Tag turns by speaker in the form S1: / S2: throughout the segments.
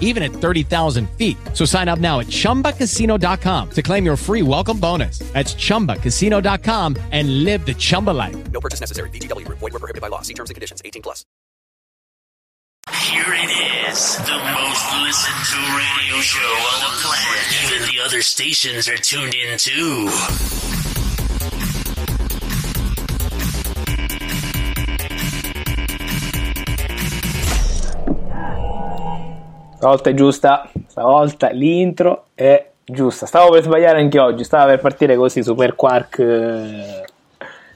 S1: even at 30,000 feet. So sign up now at ChumbaCasino.com to claim your free welcome bonus. That's ChumbaCasino.com and live the Chumba life.
S2: No purchase necessary. VGW Group. Void were prohibited by law. See terms and conditions. 18 plus.
S3: Here it is, the most listened to radio show on the planet. Even the other stations are tuned in too.
S4: Stavolta è giusta, stavolta l'intro è giusta. Stavo per sbagliare anche oggi, stavo per partire così, super quark, eh,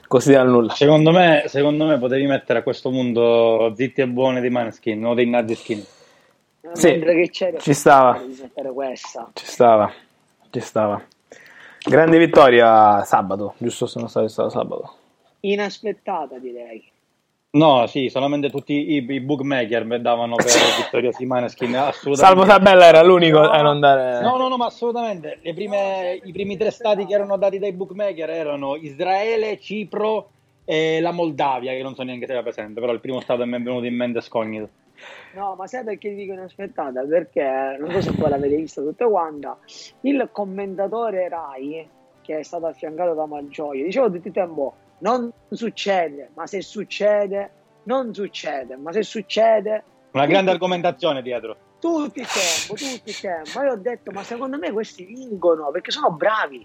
S4: così dal nulla.
S5: Secondo me, secondo me potevi mettere a questo mondo zitti e buoni di Maneskin o dei Nazi Skin.
S4: Sì,
S6: Mentre che c'era,
S4: ci stava.
S6: devi saltare questa.
S4: Ci stava, ci stava. Grande vittoria sabato, giusto se non stato, è stato sabato.
S6: Inaspettata direi.
S5: No, sì, solamente tutti i, i bookmaker mi davano per vittoria di Maneskin.
S4: Salvo
S5: Assolutamente.
S4: Sabella era l'unico a non dare...
S5: No, no, no, ma assolutamente. Le prime- I primi tre stati che erano dati dai bookmaker erano Israele, Cipro e la Moldavia, che non so neanche se era presente, però il primo stato mi è venuto in mente scognito.
S6: No, ma sai perché ti dico inaspettata? Perché non so se poi l'avete vista tutta quanta. Il commentatore Rai, che è stato affiancato da Malgioglio, diceva tutto il tempo: non succede, ma se succede, non succede, ma se succede.
S5: Una grande argomentazione dietro.
S6: Tutti il tempo, tutti il tempo. Ma io ho detto, ma secondo me questi vincono perché sono bravi.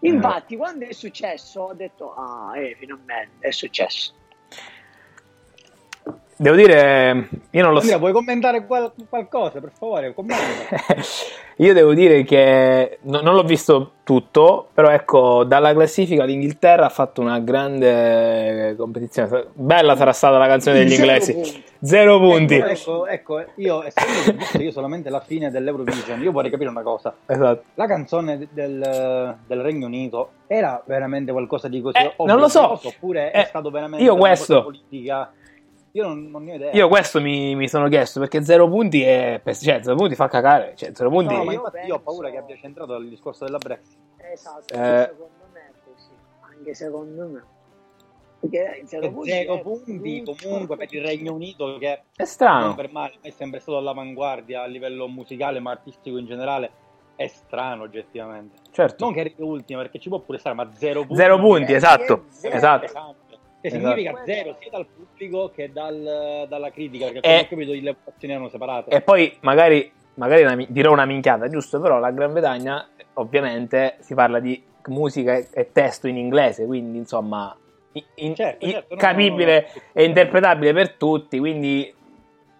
S4: Eh.
S6: Infatti, quando è successo, ho detto, ah, eh, finalmente è successo.
S4: Devo dire, io non lo so.
S5: Andrea, puoi commentare qual- qualcosa, per favore? Commenta.
S4: Eh, Io devo dire che no- non l'ho visto tutto, però ecco, dalla classifica l'Inghilterra ha fatto una grande eh, competizione. Bella sarà stata la canzone Diciamo degli
S6: Zero
S4: inglesi.
S6: punti.
S4: Zero punti.
S5: Ecco, ecco, io essendo che ho visto io solamente la fine dell'Eurovision, io vorrei capire una cosa.
S4: Esatto.
S5: La canzone del, del Regno Unito era veramente qualcosa di così
S4: Eh,
S5: obbligatorio
S4: non lo so.
S5: Oppure
S4: Eh,
S5: è stato veramente
S4: io
S5: una cosa
S4: questo-
S5: politica? Io non, non ne ho idea.
S4: Io questo mi, mi sono chiesto perché zero punti è. pes- Cioè, zero punti fa cacare. Cioè, zero punti.
S5: No, ma
S6: Io
S5: infatti io ho
S6: penso-
S5: paura che abbia centrato il discorso della Brexit.
S6: Esatto,
S4: Eh.
S6: secondo me è così, anche secondo me. Perché eh, il zero
S5: Zero
S6: punti, è
S5: punti
S6: brutto.
S5: Eh, comunque per il Regno Unito che
S4: È
S5: non
S4: strano.
S5: per male è sempre stato all'avanguardia a livello musicale ma artistico in generale. È strano oggettivamente.
S4: Certo.
S5: Non che arrivi ultima perché ci può pure stare, ma zero punti. eh.
S4: Zero punti,
S5: è-
S4: esatto.
S6: Zero.
S4: Esatto.
S5: Che
S4: Esatto.
S5: significa zero sia dal pubblico che dal- dalla critica, perché
S4: E-
S5: come ho capito le votazioni erano separate.
S4: E poi magari, magari una mi- dirò una minchiata, giusto? Però la Gran Bretagna ovviamente si parla di musica e, e testo in inglese, quindi insomma i- in-
S5: Certo,
S4: i-
S5: certo, no,
S4: capibile
S5: no, no.
S4: e interpretabile per tutti, quindi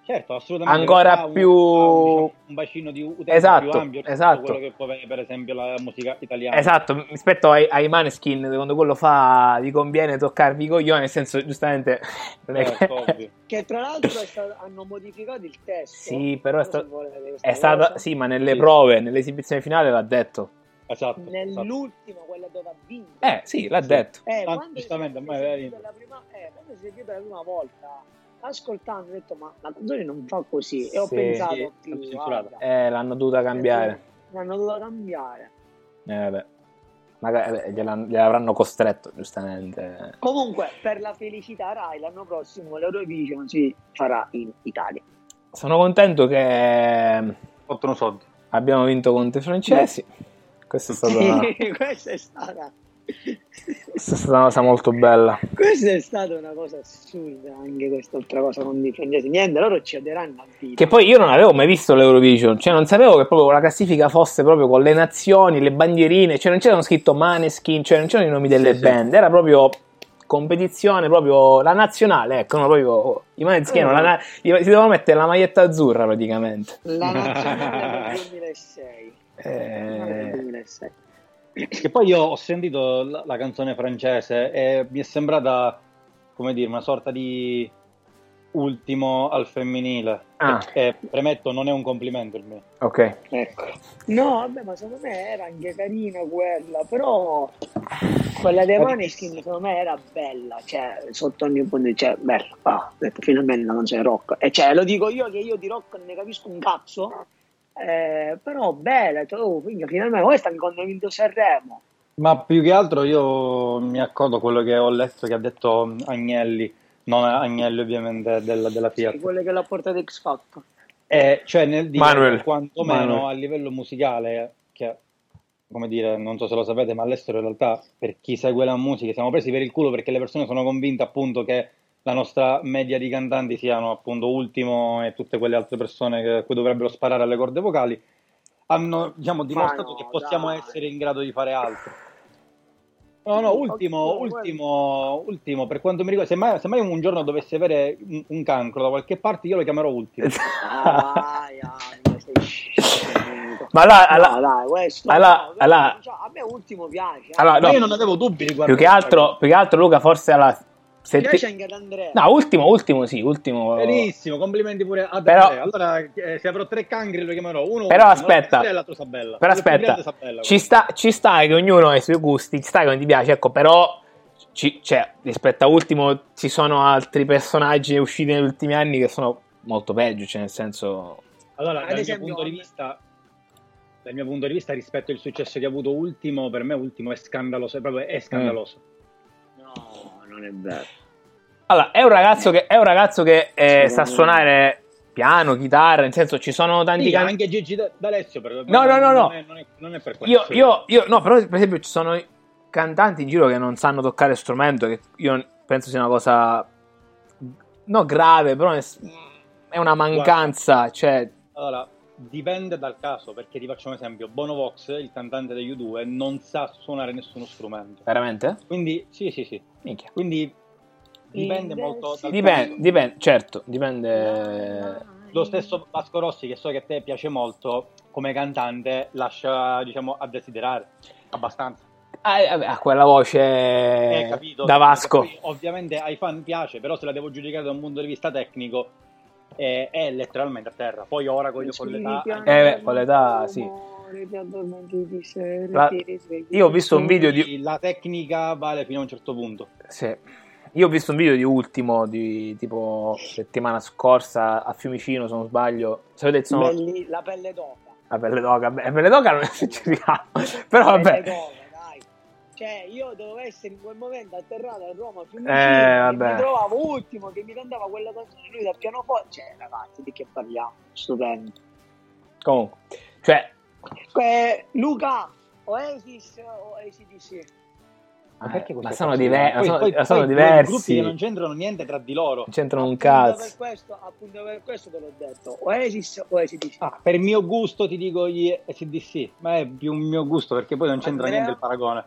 S5: certo, assolutamente.
S4: ancora
S5: Ha un-
S4: più-
S5: ha un, diciamo, un bacino di utenza
S4: Esatto,
S5: più ampio rispetto a
S4: esatto.
S5: quello che può avere per esempio la musica italiana.
S4: esatto, rispetto ai, ai Maneskin, secondo quello fa vi conviene toccarvi i coglioni, nel senso giustamente non è
S5: Certo,
S4: che-
S5: Eh, ovvio.
S6: Che tra l'altro è stato- hanno modificato il testo.
S4: Sì, però è,
S6: Non so
S4: sta-
S6: se volete questa
S4: è stata
S6: cosa.
S4: sì, ma nelle
S5: Sì.
S4: prove, nell'esibizione finale l'ha detto.
S5: Esatto, esatto.
S6: Nell'ultima, quella dove ha vinto.
S4: Eh, sì, l'ha detto.
S6: Eh,
S5: Ah,
S6: quando si è
S5: giustamente, ormai aveva
S6: sentito la prima, eh, quando si è sentito la prima volta, ascoltando, ho detto, ma la canzone non fa così. E ho
S4: Sì.
S6: pensato,
S5: Sì,
S6: più,
S5: l'hanno censurata.
S6: guarda,
S4: Eh, l'hanno dovuta cambiare.
S6: l'hanno dovuta cambiare.
S4: Eh, vabbè. Magari eh, gliel'han- gliel'avranno costretto, giustamente.
S6: Comunque, per la felicità Rai, l'anno prossimo l'Eurovision si farà in Italia.
S4: Sono contento che ehm,
S5: Fottono soldi.
S4: abbiamo vinto contro i francesi. Questa è stata, questa
S6: questa è stata
S4: è stata una cosa molto bella.
S6: questa è stata una cosa assurda anche quest'altra cosa con i francesi niente loro ci odieranno a vita
S4: Che poi io non avevo mai visto l'Eurovision, cioè non sapevo che proprio la classifica fosse proprio con le nazioni, le bandierine, cioè non c'erano scritto Maneskin, cioè non c'erano i nomi delle
S5: Sì, sì.
S4: band, era proprio competizione proprio la nazionale, ecco, no, proprio oh, i Maneskin,
S6: Eh.
S4: la na- gli- si doveva mettere la maglietta azzurra praticamente.
S6: La nazionale del 2006. Nazionale del
S4: Eh,
S6: 2006.
S5: Che poi io ho sentito la, la canzone francese e mi è sembrata, come dire, una sorta di ultimo al femminile.
S4: Ah.
S5: E premetto, non è un complimento il mio.
S4: ok.
S6: Ecco. No, vabbè, ma secondo me era anche carina quella, però quella dei Maneskin secondo me era bella, cioè sotto ogni punto di cioè, bella, ah, ho detto, finalmente non c'è rock. E cioè, lo dico io che io di rock ne capisco un cazzo, eh, però bella, ho detto, oh, minchia, finalmente questa mi quando ha vinto Sanremo.
S5: Ma più che altro io mi accodo a quello che ho letto che ha detto Agnelli, non Agnelli ovviamente della, della Fiat.
S6: Sì, quella che l'ha portata X Factor.
S5: Eh, cioè nel dire
S4: Manuel.
S5: quantomeno
S4: Manuel.
S5: a livello musicale, che come dire, non so se lo sapete, ma all'estero in realtà per chi segue la musica siamo presi per il culo perché le persone sono convinte appunto che la nostra media di cantanti siano appunto Ultimo e tutte quelle altre persone che- a cui dovrebbero sparare alle corde vocali, hanno diciamo dimostrato
S6: no,
S5: che possiamo
S6: dai.
S5: essere in grado di fare altro. No, no, ultimo, ultimo, ultimo, per quanto mi riguarda, se mai, se mai un giorno dovessi avere un, un cancro da qualche parte, io lo chiamerò ultimo.
S6: Ah, vai, ah, ma sei scemo.
S4: Ma là, alla-
S6: No, dai, questo
S4: alla-
S6: no,
S4: alla-
S6: cioè, a me ultimo piace. eh.
S4: Allora,
S5: Ma
S4: no,
S5: io non avevo dubbi riguardo
S4: più, che altro, più che altro Luca forse alla... se ti-
S6: piace anche ad Andrea.
S4: No, ultimo, ultimo sì, ultimo.
S5: Benissimo, complimenti pure a
S4: Però-
S5: te. Allora, eh, se avrò tre cancri lo chiamerò uno.
S4: Però
S5: ultimo,
S4: aspetta,
S5: l'altro è l'altro Sabella.
S4: però
S5: Il più
S4: aspetta,
S5: grande Sabella,
S4: ci sta, ci sta che ognuno ha i suoi gusti, ci sta che non ti piace, ecco, però ci- cioè, rispetto a Ultimo ci sono altri personaggi usciti negli ultimi anni che sono molto peggio, cioè nel senso...
S5: guarda. Allora,
S6: Ad
S5: dal mio
S6: esempio-
S5: punto di vista... Dal mio punto di vista, rispetto al successo che ha avuto Ultimo, per me Ultimo è scandaloso, è proprio è scandaloso.
S4: Mm.
S6: No, non è vero.
S4: Allora, è un ragazzo che, è un ragazzo che eh,
S6: Sì.
S4: sa suonare piano, chitarra, nel senso ci sono tanti
S5: Sì,
S4: can-
S5: anche Gigi D- D'Alessio, per
S4: No, no, no, no.
S5: Non, è, non è- non è per questo.
S4: Io, io, io- no, però per esempio ci sono cantanti in giro che non sanno toccare strumento, che io penso sia una cosa... No, grave, però è- è una mancanza, cioè...
S5: Allora, dipende dal caso, perché ti faccio un esempio. Bono Vox, il cantante degli U2, non sa suonare nessuno strumento.
S4: Veramente?
S5: Quindi, sì, sì, sì.
S4: Minchia.
S5: Quindi dipende molto dal
S4: Dipende,
S5: caso.
S4: dipende, certo, dipende.
S5: Lo stesso Vasco Rossi, che so che a te piace molto, come cantante lascia, diciamo, a desiderare abbastanza.
S4: Ah, eh, vabbè, ha quella voce
S5: Eh, capito?
S4: da Vasco.
S5: Poi, ovviamente ai fan piace, però se la devo giudicare da un punto di vista tecnico eh, è letteralmente a terra. Poi ora con, con l'età...
S4: Eh, beh, con l'età, sì. La- Io ho visto un video di.
S5: La tecnica vale fino a un certo punto.
S4: sì. Io ho visto un video di ultimo di tipo settimana scorsa a Fiumicino, se non sbaglio. Sapete, sono
S6: Belli- la pelle d'oca.
S4: a Pelledoca. Beh, a Pelledoca non ci arriviamo. Però
S6: Pelle
S4: vabbè.
S6: d'oca, dai. Cioè, io dovevo essere in quel momento atterrato a Roma a Fiumicino,
S4: Eh,
S6: e
S4: vabbè.
S6: mi trovavo ultimo che mi cantava quella canzone lui dal pianoforte. Cioè, ragazzi, di che parliamo? Stupendo.
S4: Comunque. Cioè.
S6: Eh, Luca, Oasis o ACDC?
S5: Ma,
S4: eh, Ma
S5: queste
S4: sono,
S5: cose-
S4: diver-
S5: poi-
S4: sono,
S5: poi- poi
S4: sono
S5: due Gruppi
S4: diversi.
S5: che non
S4: Non
S5: c'entrano niente tra di loro.
S4: c'entrano un
S6: Appunto
S4: cazzo.
S6: Per questo, appunto per questo te l'ho detto. Oasis o ACDC?
S5: Ah, per mio gusto ti dico gli SDC, ma è più un mio gusto perché poi non c'entra
S6: Andrea?
S5: niente il paragone.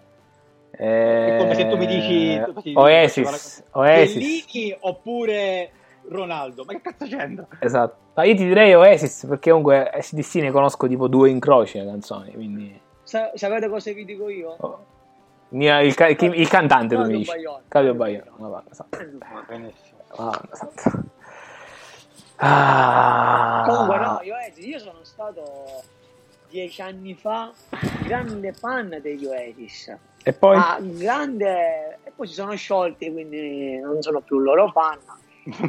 S4: Eh,
S5: È come se tu mi dici- tu mi dici- cioè,
S4: Oasis, Oasis,
S5: Bellini oppure Ronaldo, ma che cazzo c'entra?
S4: esatto. Ma io ti direi Oasis perché comunque eh, SDC ne conosco tipo due incroci le canzoni, quindi...
S6: Sa- sapete cosa vi dico io?
S4: oh. Mia- il, ca- chi- il cantante tu mi
S6: Claudio
S4: dici.
S6: Baglioni.
S4: Claudio
S6: Claudio
S4: Baglioni,
S6: Baglioni.
S4: Madonna santa.
S5: Ah, Benissimo.
S4: Madonna santa. Ah.
S6: Comunque no, io, Oasis, io sono stato dieci anni fa grande fan degli Oasis.
S4: E poi...
S5: Ah,
S6: Ma grande... E poi si sono sciolti, quindi non sono più loro fan.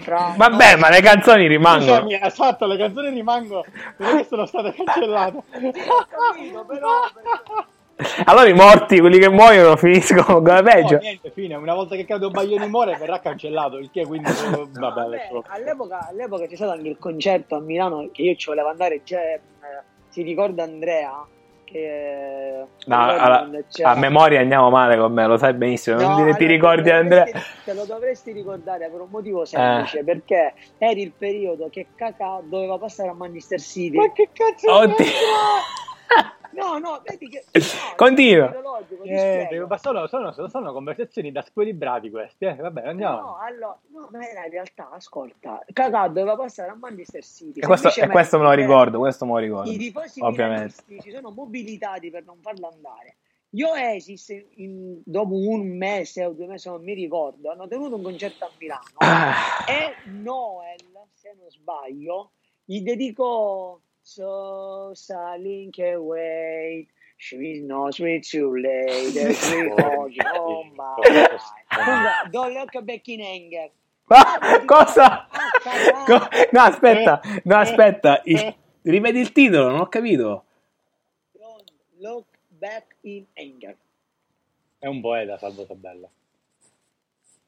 S6: Tra-
S4: Vabbè, ma le canzoni rimangono.
S5: esatto, le canzoni rimangono, non è che sono state cancellate.
S6: Sì, ho capito, però...
S4: Allora i morti, quelli che muoiono, finiscono come
S5: No,
S4: peggio.
S5: niente, fine. Una volta che Claudio Baglioni muore verrà cancellato, il che quindi... eh,
S6: No,
S5: Vabbè,
S6: vabbè,
S5: lascialo.
S6: all'epoca, all'epoca c'è stato anche il concerto a Milano che io ci volevo andare. Cioè, eh, si ricorda Andrea che eh,
S4: No,
S6: ricordo
S4: alla-
S6: quando c'era-
S4: a memoria andiamo male con me, lo sai benissimo. Non
S6: No,
S4: dire ti
S6: allora,
S4: ricordi
S6: te lo
S4: Andrea. Eh.
S6: dovresti- Te lo dovresti ricordare per un motivo semplice, perché era il periodo che Kakà doveva passare a Manchester City.
S5: Ma che cazzo
S4: Oddio.
S5: c'entra?
S6: No, no, vedi che... no,
S4: Continua.
S6: è logico, ti
S5: Eh,
S6: spiego.
S5: ma sono, sono, sono conversazioni da squilibrati queste. Eh. Vabbè, andiamo.
S6: No, allora, no, ma era in realtà, ascolta, Cagà doveva passare a Manchester City.
S4: E questo, e
S6: Semplicemente-
S4: questo me lo ricordo, questo me lo ricordo.
S6: I tifosi
S4: Ovviamente.
S6: milanisti si sono mobilitati per non farlo andare. Gli Oasis, in- dopo un mese o due mesi, non mi ricordo, hanno tenuto un concerto a Milano
S4: Ah,
S6: e Noel, se non sbaglio, gli dedicò So Salink Away. She knows with you later. we hold you on my- Scusa, Don't look back in anger.
S4: ah, cosa?
S6: Ah, cagà.
S4: Co- no, aspetta, no,
S6: Eh,
S4: aspetta. il-
S6: eh.
S4: ripeti il titolo, non ho capito.
S6: Don't look back in anger.
S5: È un poeta, Salvo Sabella.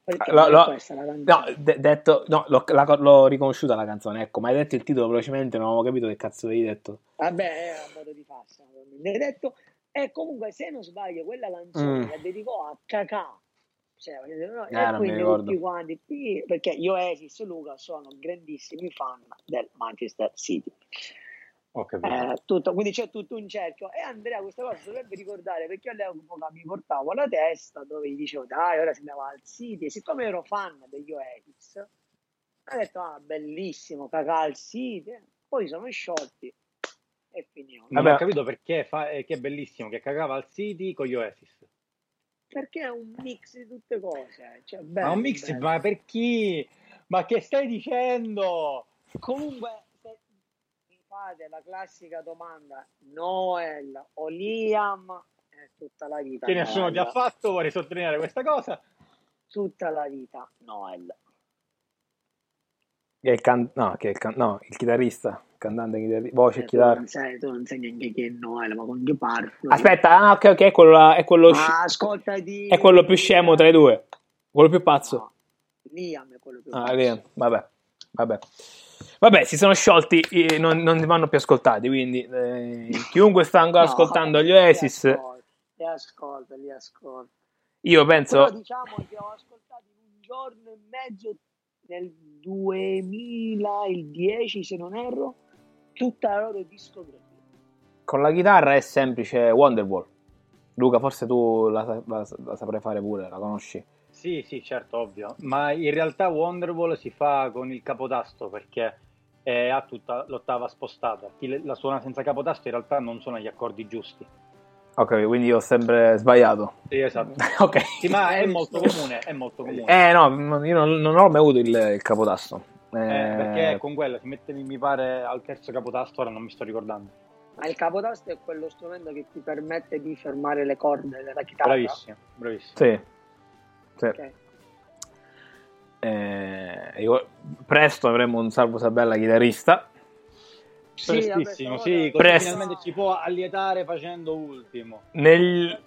S6: Perché
S4: Ah, Lo-
S6: non
S4: lo-
S6: è Eh, questa la canzone.
S4: no, de- detto, no, l'ho, la- l'ho riconosciuta la canzone, ecco, ma hai detto il titolo velocemente, non avevo capito che cazzo avevi detto.
S6: Vabbè, è un modo di farsi, ne hai detto. E comunque, se non sbaglio, quella canzone
S4: Mm.
S6: la dedicò a Kakà. Cioè, voglio dire, no?
S4: Eh, non
S6: e
S4: mi
S6: quindi
S4: ricordo.
S6: tutti quanti, sì, perché io, Esis e Luca sono grandissimi fan del Manchester City.
S5: Ho capito.
S6: Eh, tutto- quindi c'è tutto un cerchio. E Andrea questa cosa si dovrebbe ricordare perché io all'epoca mi portavo la testa dove gli dicevo dai, ora si andava al City. E siccome ero fan degli Oasis, ho detto ah, bellissimo, cacà al City. Poi sono sciolti e finivano.
S5: Non
S4: Vabbè.
S5: ho capito perché fa, eh, che è bellissimo che cagava al City con gli Oasis.
S6: Perché è un mix di tutte cose. Cioè,
S5: Ma
S6: bello,
S5: un mix,
S6: bello.
S5: ma per chi? Ma che stai dicendo?
S6: Comunque, se mi fate la classica domanda, Noel o Liam, è tutta la vita.
S5: Che nessuno ti
S6: Noel.
S5: ha fatto, vorrei sottolineare questa cosa.
S6: Tutta la vita, Noel.
S4: Che è il, can- no, che è il, can- no, il chitarrista, il cantante, chitarrista, voce,
S6: Eh, tu, non
S4: chitarra.
S6: sai, tu non sai neanche chi è Noel, ma con chi parlo?
S4: Aspetta, ah, ok, ok, è quello, là- è quello, sci-
S6: ma ascolta di...
S4: è quello più scemo tra i due, quello più pazzo.
S6: No, Liam è quello più
S4: Ah,
S6: pazzo.
S4: lì, vabbè, vabbè. Vabbè, si sono sciolti, eh, non, non vanno più ascoltati, quindi eh, chiunque sta ancora
S6: No,
S4: ascoltando gli
S6: li
S4: Oasis,
S6: ascolta, Li ascolta, li ascolta.
S4: io
S6: Però
S4: penso...
S6: diciamo che ho ascoltato in un giorno e mezzo nel 2010 se non erro tutta la loro discografia
S4: Con la chitarra è semplice Wonderwall. Luca, forse tu la, sa- la sa- la saprai fare pure, la conosci.
S5: Sì, sì, certo, ovvio. Ma in realtà Wonderwall si fa con il capotasto perché eh, ha tutta l'ottava spostata. Chi le- la suona senza capotasto in realtà non suona gli accordi giusti.
S4: Ok, quindi io ho sempre sbagliato.
S5: Sì, esatto.
S4: ok.
S5: Sì, ma è molto comune, è molto comune.
S4: Eh no, m- io non, non ho mai avuto il, il capotasto. Eh,
S5: Eh, perché con quello si mette, mi pare, al terzo capotasto, ora non mi sto ricordando.
S6: ma il capotasto è quello strumento che ti permette di fermare le corde della chitarra
S5: Bravissimo, bravissimo.
S4: Sì. Sì.
S6: Ok.
S4: Eh, io- presto avremo un Salvo Sabella chitarrista.
S6: Sì, vabbè,
S5: Prestissimo,
S6: stavolta-
S5: sì, così
S4: Presto.
S5: finalmente ci può allietare facendo ultimo.
S4: Nel...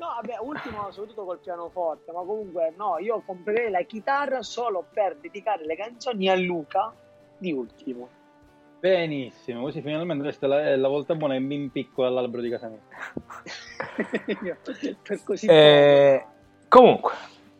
S6: No, vabbè, ultimo soprattutto col pianoforte, ma comunque no, io comprerei la chitarra solo per dedicare le canzoni a Luca di ultimo.
S5: Benissimo, così finalmente questa è la, è la volta buona che mi impicco all'albero di casa mia.
S6: per così
S4: Eh, comunque,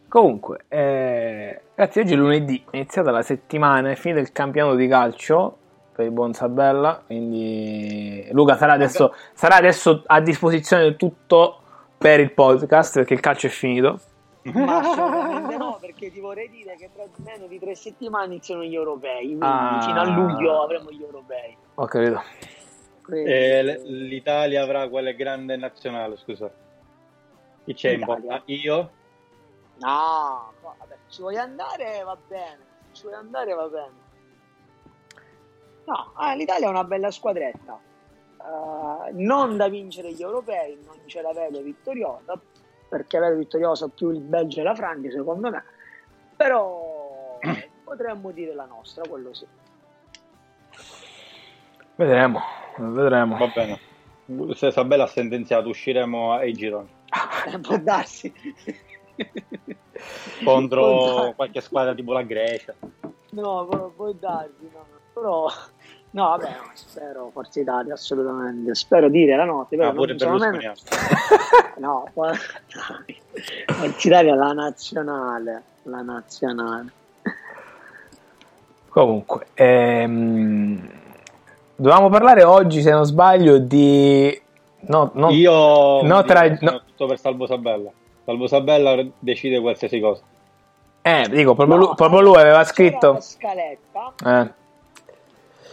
S4: comunque eh, ragazzi, oggi è lunedì, è iniziata la settimana, è finito il campionato di calcio per il buon Sabella, quindi Luca sarà adesso, sarà adesso a disposizione tutto per il podcast perché il calcio è finito.
S6: poco. Ma assolutamente no, perché ti vorrei dire che tra meno di tre settimane iniziano gli europei, quindi
S4: Ah.
S6: fino a luglio avremo gli europei.
S4: Ho capito.
S6: Quindi,
S4: Eh,
S5: E Eh, l- L'Italia avrà quale grande nazionale, scusa. Chi c'è in
S6: Italia.
S5: porta? Io?
S6: No, poi, vabbè, ci vuoi andare va bene, ci vuoi andare va bene. No, ah, l'Italia è una bella squadretta, Eh, non da vincere gli europei, non ce la vedo vittoriosa, perché vedo vittoriosa più il Belgio e la Francia secondo me, però potremmo dire la nostra, quello sì.
S4: Vedremo, vedremo.
S5: Va bene. Se Sabella ha sentenziato, usciremo ai gironi
S6: Eh, può darsi. Può
S5: contro
S6: darsi.
S5: qualche squadra tipo la Grecia.
S6: No, pu- può darsi, no. però no, vabbè, no, spero Forza Italia, assolutamente. Spero dire la notte, però
S5: Ah, pure
S6: non diciamo
S5: Berlusconi.
S6: meno-
S5: anche.
S6: No, for- Forza Italia la nazionale, la nazionale.
S4: Comunque, ehm, dovevamo parlare oggi, se non sbaglio, di No, no.
S5: Io
S4: no, tra-
S5: io sono
S4: no.
S5: tutto per Salvo Sabella. Salvo Sabella decide qualsiasi cosa.
S4: Eh, dico, proprio,
S6: No,
S4: lui, proprio lui aveva scritto.
S6: C'era la scaletta
S4: Eh.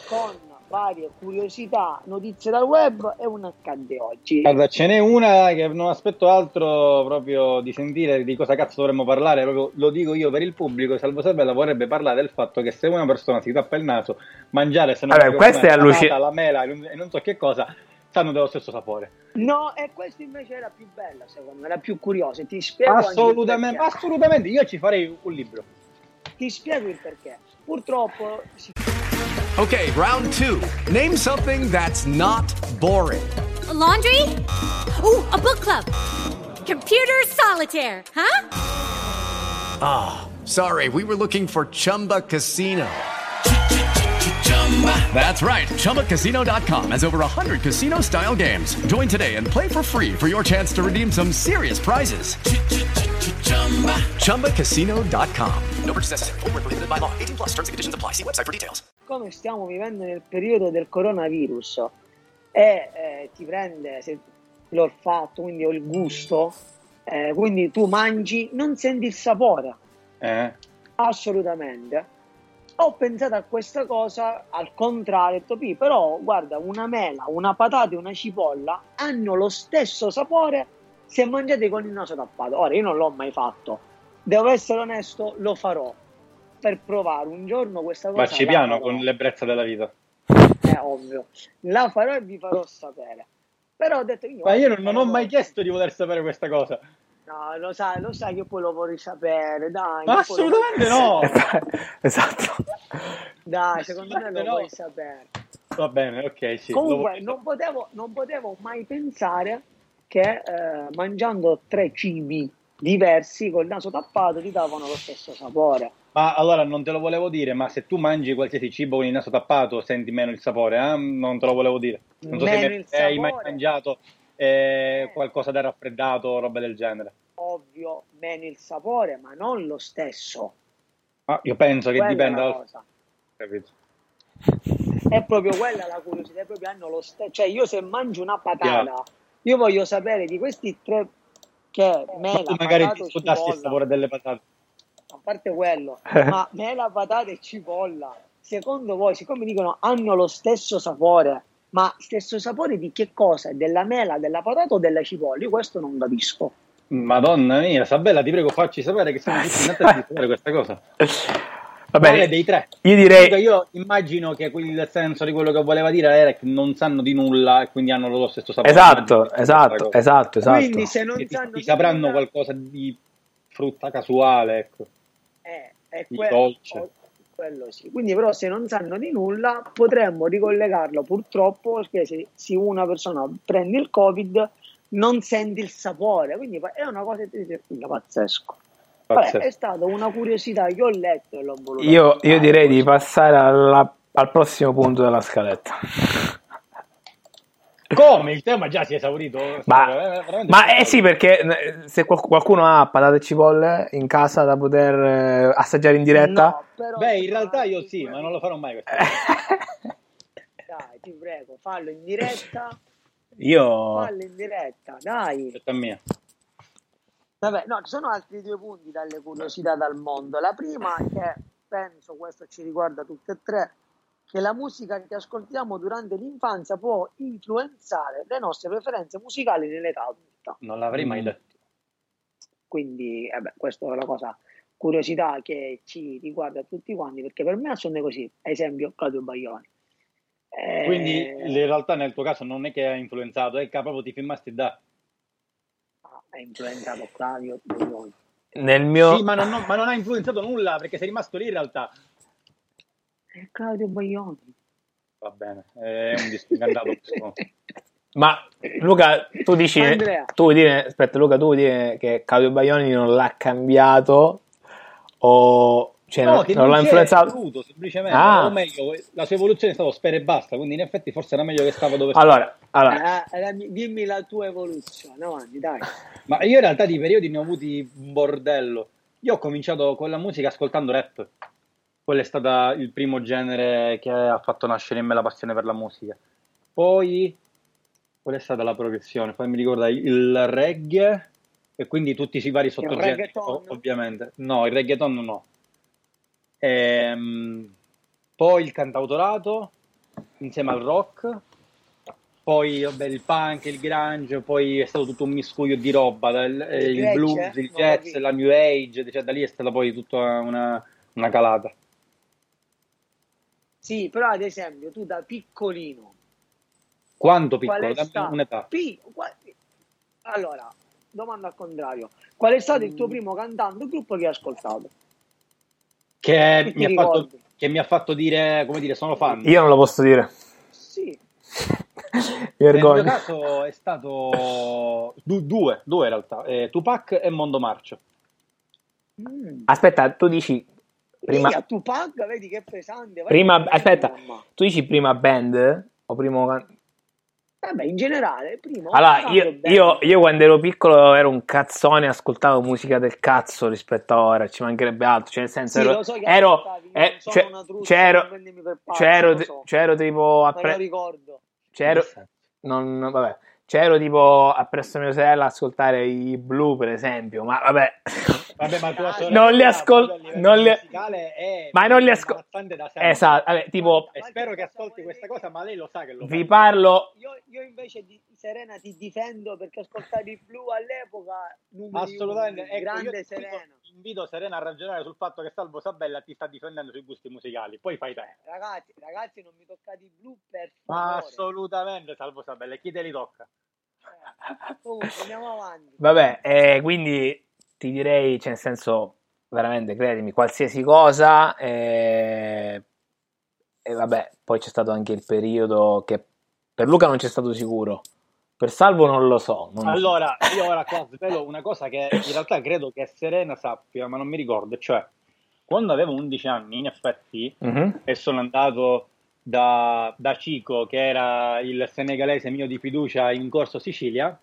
S6: con varie curiosità, notizie dal web e un accade oggi.
S5: Guarda, ce n'è una che non aspetto altro proprio di sentire di cosa cazzo dovremmo parlare, proprio lo dico io per il pubblico, Salvo Sabella vorrebbe parlare del fatto che se una persona si tappa il naso, mangiare se non
S4: Vabbè, questa è alluci-
S5: la mela e non- e non so che cosa, sanno dello stesso sapore.
S6: No, e questo invece era più bello, secondo me, era più curioso. Ti spiego anche il
S5: Assolutamente,
S6: perché.
S5: assolutamente, io ci farei un libro.
S6: Ti spiego il perché. Purtroppo si
S7: Okay, round two. Name something that's not boring.
S8: A laundry? Ooh, a book club. Computer solitaire, huh?
S7: Sorry, we were looking for Chumba Casino. That's right. ChumbaCasino.com has over 100 casino style games. Join today and play for free for your chance to redeem some serious prizes. ChumbaCasino.com.
S2: No purchase necessary. Void where prohibited by law. 18 plus terms and conditions apply. See website for details.
S6: come stiamo vivendo nel periodo del coronavirus e eh, ti prende se- l'olfatto, quindi ho il gusto, eh, quindi tu mangi, non senti il sapore,
S5: Eh?
S6: assolutamente. Ho pensato a questa cosa al contrario, ho detto, "Pi, però guarda, una mela, una patata e una cipolla hanno lo stesso sapore se mangiate con il naso tappato. Ora, io non l'ho mai fatto, devo essere onesto, lo farò per provare un giorno questa cosa.
S5: Marci
S6: la
S5: piano
S6: farò.
S5: con l'ebbrezza della vita.
S6: È Eh, ovvio. La farò e vi farò sapere. Però ho detto io.
S5: Ma io non, non ho mai chiesto di voler sapere questa cosa.
S6: No, lo sai, lo sai che poi lo vorrei sapere, dai.
S5: Ma
S6: che poi lo-
S5: assolutamente no!
S4: esatto.
S6: Dai, secondo me lo
S5: assolutamente no.
S6: vuoi sapere.
S5: Va bene, ok, sì.
S6: Comunque,
S5: lo-
S6: non potevo, non potevo mai pensare che eh, mangiando tre cibi diversi col naso tappato ti davano lo stesso sapore.
S5: Ma allora non te lo volevo dire, ma se tu mangi qualsiasi cibo con il naso tappato senti meno il sapore, eh? non te lo volevo dire. Non so
S6: Meno
S5: se
S6: il
S5: ne- hai mai
S6: sapore.
S5: mangiato eh, qualcosa da raffreddato o roba del genere.
S6: Ovvio, meno il sapore, ma non lo stesso.
S5: Ma io penso che
S6: Quella è
S5: dipenda
S6: la
S5: dal-
S6: cosa.
S5: capito?
S6: è proprio quella la curiosità, è proprio hanno lo stesso. Cioè, io se mangio una patata,
S5: Chiaro.
S6: io voglio sapere di questi tre che
S5: Ma tu
S6: mela,
S5: magari
S6: patata
S5: ti
S6: o
S5: sfruttassi il
S6: cipolla,
S5: sapore delle patate.
S6: a parte quello,
S5: Eh.
S6: ma mela, patata e cipolla, secondo voi, siccome dicono hanno lo stesso sapore, ma stesso sapore di che cosa? Della mela, della patata o della cipolla? Io questo non capisco.
S5: Madonna mia, Sabella, ti prego, facci sapere che siamo tutti in attesa di sapere questa cosa.
S4: Va
S5: Quale
S4: bene.
S5: dei tre?
S4: Io
S5: Comunque
S4: direi
S5: io immagino che il senso di quello che voleva dire era che non sanno di nulla e quindi hanno lo stesso sapore.
S4: Esatto,
S5: Immagino questa
S4: esatto,
S5: cosa.
S4: esatto, esatto.
S6: Quindi se Cioè, non
S5: Che ti-
S6: sanno
S5: ti sapranno
S6: nulla-
S5: qualcosa di frutta casuale, ecco.
S6: Eh, è
S5: Il
S6: quel-
S5: dolce.
S6: o- quello sì. Quindi, però, se non sanno di nulla, potremmo ricollegarlo purtroppo perché se, se una persona prende il Covid non sente il sapore. Quindi pa- è una cosa che ti dice, "Figa, pazzesco. Vabbè,
S5: Pazzesco.
S6: è stata una curiosità che ho letto e l'ho voluta.
S4: Io, io
S6: raccontare.
S4: direi di passare alla- al prossimo punto della scaletta.
S5: Come? Il tema già si è esaurito?
S4: Ma,
S5: Eh, veramente-
S4: ma eh sì, perché eh, se qual- qualcuno ha patate e cipolle in casa da poter eh, assaggiare in diretta,
S6: No, però-
S5: Beh, in realtà io sì, ma non lo farò mai questo.
S6: Dai, ti prego, fallo in diretta.
S4: io
S6: Fallo in diretta, dai.
S5: Aspetta mia.
S6: Vabbè, no, ci sono altri due punti dalle curiosità dal mondo. La prima, che penso questo ci riguarda tutte e tre, che la musica che ascoltiamo durante l'infanzia può influenzare le nostre preferenze musicali nell'età adulta.
S5: Non l'avrei mai detto.
S6: Quindi, eh beh, questa è una cosa, curiosità che ci riguarda tutti quanti, perché per me sono così, ad esempio Claudio Baglioni. Eh,
S5: Quindi in realtà nel tuo caso non è che ha influenzato, è che proprio ti filmasti da...
S6: ah, ha influenzato Claudio Baglioni.
S4: nel mio...
S5: Sì, ma non, ma non ha influenzato nulla perché sei rimasto lì in realtà.
S6: Eh, Claudio Baglioni.
S5: Va bene, è un disfingandato.
S4: Ma Luca, tu dici,
S6: Andrea.
S4: tu vuoi dire, aspetta, Luca, tu vuoi dire che Claudio Baioni non l'ha cambiato o cioè,
S5: No,
S4: non-
S5: che
S4: non l'ha
S5: si è
S4: influenzato?
S5: evoluto, semplicemente.
S4: Ah.
S5: O meglio, la sua evoluzione è stata spera e basta, quindi in effetti forse era meglio che stava dove stava.
S4: Allora, allora,
S5: eh.
S6: Ah, ah, dimmi la tua evoluzione, avanti, dai.
S5: Ma io in realtà di periodi ne ho avuti un bordello. Io ho cominciato con la musica ascoltando rap. Quello è stato il primo genere che ha fatto nascere in me la passione per la musica. Poi qual è stata la progressione? Poi mi ricorda il reggae e quindi tutti i vari sottogeneri,
S6: reggaeton?
S5: ov- ovviamente. No, il reggaeton no. Ehm, poi il cantautorato insieme al rock, poi vabbè, il punk, il grunge, poi è stato tutto un miscuglio di roba, dal- eh, il,
S6: grunge,
S5: blues, il
S6: non
S5: jazz,
S6: capito.
S5: la new age, cioè da lì è stata poi tutta una, una calata.
S6: Sì, però ad esempio tu da piccolino,
S5: Quanto
S6: qual
S5: piccolo,
S6: è
S5: dammi
S6: stato...
S5: un'età.
S6: Pi- qua- Allora, domanda al contrario. Qual è stato il tuo primo cantante o gruppo che hai ascoltato?
S5: Che
S6: Che ti
S5: mi, ha fatto,
S6: ricordi?
S5: che mi ha fatto dire, come dire, sono fan.
S4: Io non lo posso dire.
S6: Sì,
S4: Mi
S5: Nel mio
S4: vergogno.
S5: caso è stato du- due, due in realtà, eh, Tupac e Mondo Marcio.
S6: mm.
S4: Aspetta, tu dici prima,
S6: Minchia, Tupac, vedi che pesante. vai
S4: prima
S6: che
S4: aspetta,
S6: mamma.
S4: tu dici prima band o primo can-
S6: Vabbè, in generale, ah, prima...
S4: Allora,
S6: ho
S4: io,
S6: cantato
S4: io,
S6: bene.
S4: io quando ero piccolo ero un cazzone, ascoltavo musica del cazzo rispetto a ora, ci mancherebbe altro, cioè nel senso
S6: Sì,
S4: ero,
S6: lo so che
S4: ero-
S6: ascoltavi,
S4: eh,
S6: non sono
S4: cioè-
S6: una truzza,
S4: c'ero,
S6: non prendimi per pazzo,
S4: c'ero,
S6: lo so.
S4: c'ero cioè tipo
S6: Ma non
S4: appre-
S6: ricordo.
S4: c'ero, non, vabbè, c'ero tipo appresso mia sorella a ascoltare i blu per esempio, ma vabbè,
S5: Vabbè, ma tua
S6: Non
S5: sorella
S4: li ascol-
S5: proprio a livello
S4: non li-
S5: musicale è-
S4: ma non li ascolto,
S5: imbarazzante da sempre.
S4: esatto, vabbè, tipo
S5: E spero che ascolti questa cosa, ma lei lo sa che lo
S4: vi
S5: fa.
S4: parlo,
S6: Io, io invece di Serena ti difendo perché ascoltavi i blu all'epoca. numero
S5: Assolutamente.
S6: uno,
S5: Ecco,
S6: grande
S5: io ti invito-
S6: Serena.
S5: Invito Serena a ragionare sul fatto che Salvo Sabella ti sta difendendo sui gusti musicali. Poi fai te.
S6: Ragazzi, ragazzi, non mi toccate i blu per
S5: Ma
S6: favore.
S5: assolutamente, Salvo Sabella. Chi te li tocca?
S6: Eh, Comunque, andiamo avanti.
S4: Vabbè, eh, quindi ti direi, cioè, nel senso, veramente, credimi, qualsiasi cosa, eh, e vabbè, poi c'è stato anche il periodo che per Luca non c'è stato sicuro, per Salvo non lo so, non-
S5: Allora, io ora qua svelo una cosa che in realtà credo che Serena sappia, ma non mi ricordo. Cioè, quando avevo 11 anni, in effetti,
S6: cioè,
S4: Mhm.
S5: e sono andato da, da Cico, che era il senegalese mio di fiducia in corso Sicilia.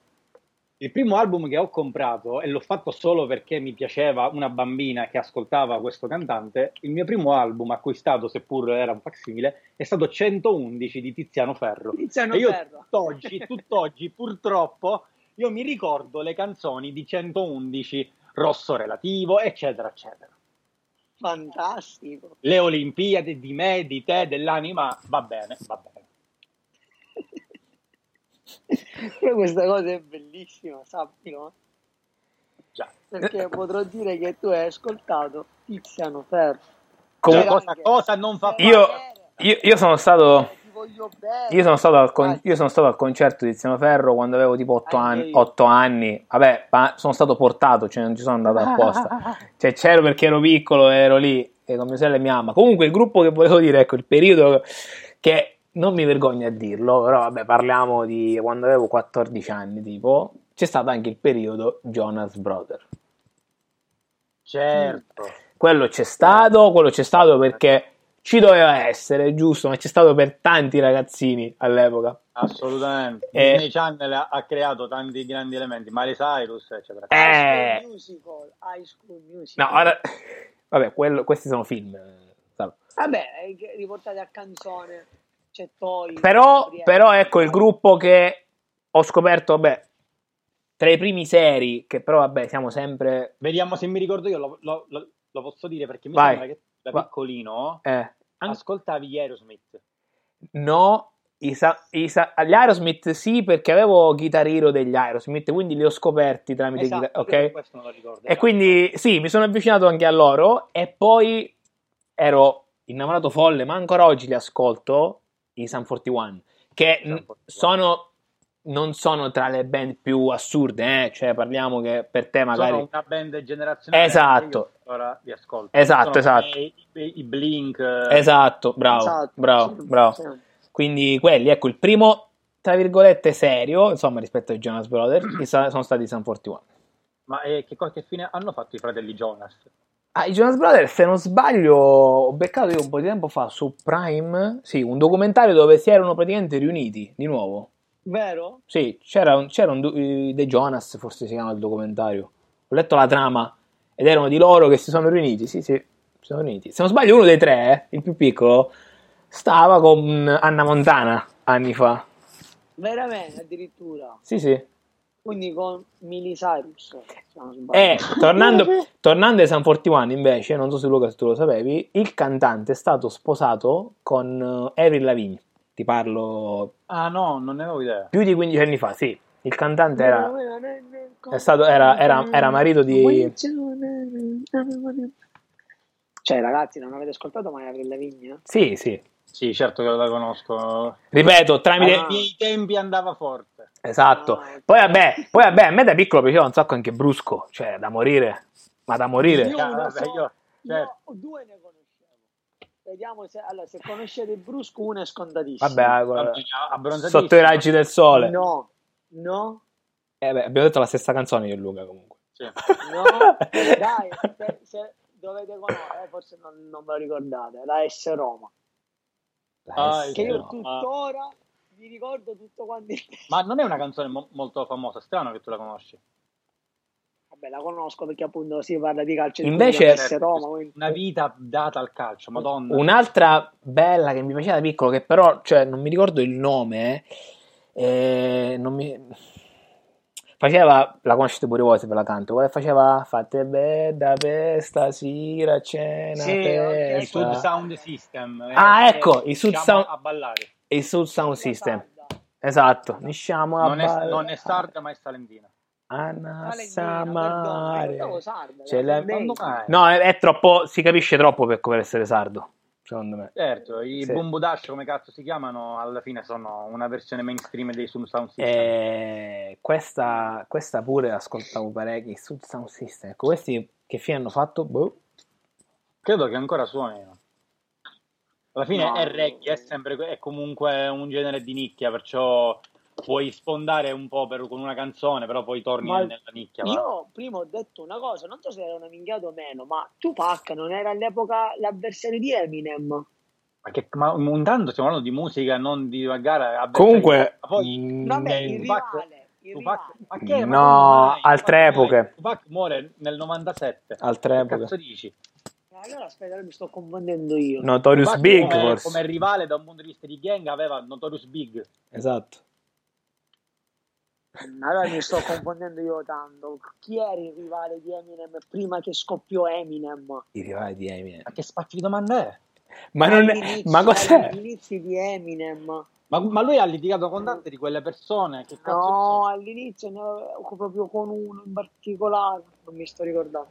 S5: Il primo album che ho comprato, e l'ho fatto solo perché mi piaceva una bambina che ascoltava questo cantante, il mio primo album acquistato, seppur era un facsimile, è stato 111 di Tiziano Ferro.
S6: Tiziano
S5: E io
S6: Ferro.
S5: tutt'oggi, tutt'oggi, purtroppo, io mi ricordo le canzoni di 111, Rosso Relativo, eccetera, eccetera.
S6: Fantastico.
S5: Le Olimpiadi di me, di te, dell'anima, va bene, va bene.
S6: Però questa cosa è bellissima, sappilo. eh.
S5: Già. Eh.
S6: Perché potrò dire che tu hai ascoltato Tiziano Ferro.
S4: Comunque,
S5: Cioè, questa cosa non fa
S6: Cioè,
S4: io,
S6: Ferro,
S4: io- io sono stato,
S6: Ti voglio bene.
S4: io sono stato al con-
S6: Grazie.
S4: io sono stato al concerto di Tiziano Ferro quando avevo tipo 8
S6: Anche
S4: anni,
S6: io.
S4: 8 anni, vabbè, ma sono stato portato, cioè non ci sono andato apposta. Cioè, c'ero perché ero piccolo e ero lì e con mia sorella e mia mamma. Comunque, il gruppo che volevo dire, ecco, il periodo che non mi vergogno a dirlo, però vabbè, parliamo di quando avevo 14 anni, tipo, c'è stato anche il periodo Jonas Brother.
S5: Certo.
S4: Quello c'è stato, quello c'è stato perché ci doveva essere, giusto, ma c'è stato per tanti ragazzini all'epoca.
S5: Assolutamente.
S4: Eh.
S5: Disney Channel ha, ha creato tanti grandi elementi, Miley Cyrus, eccetera.
S4: Eh.
S6: High School Musical, High School Musical.
S4: No, ora... Vabbè, quello- questi sono film. eh, Salvo.
S6: Vabbè, eh, che- riportate a canzone. C'è Toy.
S4: Però,
S6: Gabriele.
S4: però ecco il gruppo che ho scoperto, beh, tra i primi seri, che però vabbè siamo sempre...
S5: Vediamo se mi ricordo io, lo, lo- lo- lo posso dire perché mi
S4: Vai.
S5: sembra che da
S4: Va-
S5: piccolino
S4: eh, an-
S5: ascoltavi gli Aerosmith.
S4: no, i Sa- i Sa- gli Aerosmith sì, perché avevo Guitar Hero degli Aerosmith, quindi li ho scoperti tramite
S5: Esatto,
S4: Guitar-
S5: io
S4: ok?
S5: questo non lo ricordo.
S4: E
S5: esatto.
S4: quindi sì, mi sono avvicinato anche a loro e poi ero innamorato folle, ma ancora oggi li ascolto, i Sun 41, che
S5: Sun
S4: n-
S5: 41.
S4: sono... Non sono tra le band più assurde, eh? cioè parliamo che per te magari...
S5: sono una band generazionale.
S4: Esatto.
S5: io Ora vi ascolto.
S4: Esatto,
S5: Sono
S4: esatto.
S5: come I, i- i Blink. eh,
S4: Esatto, bravo,
S6: Esatto,
S4: bravo,
S6: sì,
S4: bravo.
S6: sì.
S4: Quindi quelli, ecco, il primo, tra virgolette, serio, insomma, rispetto ai Jonas Brothers, che sa- sono stati i Sun 41.
S5: Ma eh, che, co- che fine hanno fatto i fratelli Jonas?
S4: Ah, i Jonas Brothers, se non sbaglio, ho beccato io un po' di tempo fa su Prime, sì, un documentario dove si erano praticamente riuniti, di nuovo.
S6: Vero?
S4: Sì, c'era un, c'era un du- eh, The Jonas, forse si chiama il documentario. Ho letto la trama, ed erano di loro che si sono riuniti, sì, sì, si sono riuniti. Se non sbaglio, uno dei tre, eh, il più piccolo, stava con Anna Montana anni fa.
S6: Veramente, addirittura.
S4: Sì, sì.
S6: Quindi con Miley Cyrus. se non sbaglio.
S4: E Eh, tornando, tornando ai San Fortiwan invece, non so se Luca se tu lo sapevi, il cantante è stato sposato con eh, Avril Lavigne. Ti parlo
S5: Ah no, non ne avevo idea.
S4: più di 15 anni fa, sì. Il cantante era,
S6: Era,
S4: è stato- era- era- era marito di...
S6: Cioè, ragazzi, non avete ascoltato mai Avril Lavigne?
S4: Sì, sì.
S5: Sì, certo che la conosco.
S4: Eh. Ripeto, tramite...
S5: Ai miei tempi andava forte.
S4: Esatto.
S6: Ah, ok.
S4: Poi vabbè, poi vabbè, a me da piccolo piaceva un sacco anche Brusco, cioè da morire, ma da morire.
S6: Io
S5: Ah,
S6: uno
S5: vabbè,
S6: so-
S5: io- certo.
S6: io due ne conoscevo. Vediamo se, allora, se conoscete Brusco, uno è scontatissimo.
S4: Vabbè, guarda,
S5: Abbronzatissimo. Abbronzatissimo.
S4: sotto i raggi del sole.
S6: No, no,
S4: Eh beh, abbiamo detto la stessa canzone io e Luca comunque.
S5: Sì.
S6: no. Dai, se, se dovete conoscere, eh, forse non, non ve lo ricordate, la S Roma.
S4: Eh
S5: Ah,
S6: Che io
S5: No,
S6: tuttora mi ricordo tutto quanto il testo.
S5: Ma non è una canzone mo- molto famosa, strano che tu la conosci.
S6: Vabbè, la conosco perché appunto si parla di calcio. e
S4: Invece-
S6: quindi la S
S5: Certo,
S6: Roma, quindi-
S5: una vita data al calcio, madonna.
S4: Un'altra bella che mi piaceva da piccolo, che però, cioè, non mi ricordo il nome, eh, non mi... Faceva, la conoscete pure voi se ve la canto, quella che faceva fate bella festa, sera, cena,
S6: Sì,
S4: festa.
S5: eh, Il Sud Sound System. eh,
S4: Ah, ecco,
S5: che
S4: il Sud
S5: siamo
S4: Sound-
S5: A ballare.
S4: Il Soul Sound System,
S6: Guarda,
S4: esatto, nisciamo a
S5: Non è,
S4: ballare.
S5: non è Ah, sarda, ma è salentina.
S4: Anna
S6: Valentina,
S4: Samare.
S6: perdona, pensavo Sarda, eh,
S4: Ce l'ha-
S5: Eh,
S6: Valentina.
S4: No, è, è troppo, si capisce troppo per, per essere sardo, secondo me.
S5: Certo, i
S4: Sì.
S5: Bumbo Dash, come cazzo si chiamano, alla fine sono una versione mainstream dei Sud Sound System.
S4: Eh, questa, questa pure ascoltavo parecchi il Sud Sound System. Ecco, questi che fine hanno fatto? Boh.
S5: Credo che ancora suonino. Alla fine
S6: No. eh.
S5: è reggae, è, sempre, è comunque un genere di nicchia, perciò puoi sfondare un po' per- con una canzone, però poi torni
S6: Ma
S5: nella nicchia. va.
S6: Io prima ho detto una cosa, non so se era una minchiata o meno, ma Tupac non era all'epoca l'avversario di Eminem.
S5: Ma, che, ma intanto stiamo parlando di musica, non di una gara. a
S4: Comunque,
S5: Ah, cioè, Ma poi,
S4: mm,
S6: Vabbè, il
S5: Tupac-
S6: rivale, il
S5: Tupac-
S6: rivale.
S5: ma che- ma
S4: No,
S5: come mai?
S4: altre
S5: Tupac muore-
S4: epoche.
S5: Tupac muore nel 97.
S4: Altre
S5: Che
S4: epoche.
S5: cazzo dici?
S6: Allora aspetta, mi sto confondendo io.
S4: Notorious
S5: Tupac
S4: Big
S5: come,
S4: forse.
S5: come rivale da un punto di vista di gang aveva Notorious Big.
S4: Esatto.
S6: Allora mi sto confondendo io tanto. Chi era il rivale di Eminem prima che scoppiò Eminem?
S4: I rivali di Eminem.
S5: Ma che spacchi di domanda è?
S4: Ma, non
S6: Agli
S4: è,
S6: inizi-
S4: ma cos'è? Ah,
S6: Agli eh, inizi di Eminem.
S5: Ma, ma lui ha litigato con tante di quelle persone. Che cazzo
S6: No, all'inizio ne avevo proprio con uno in particolare, non mi sto ricordando.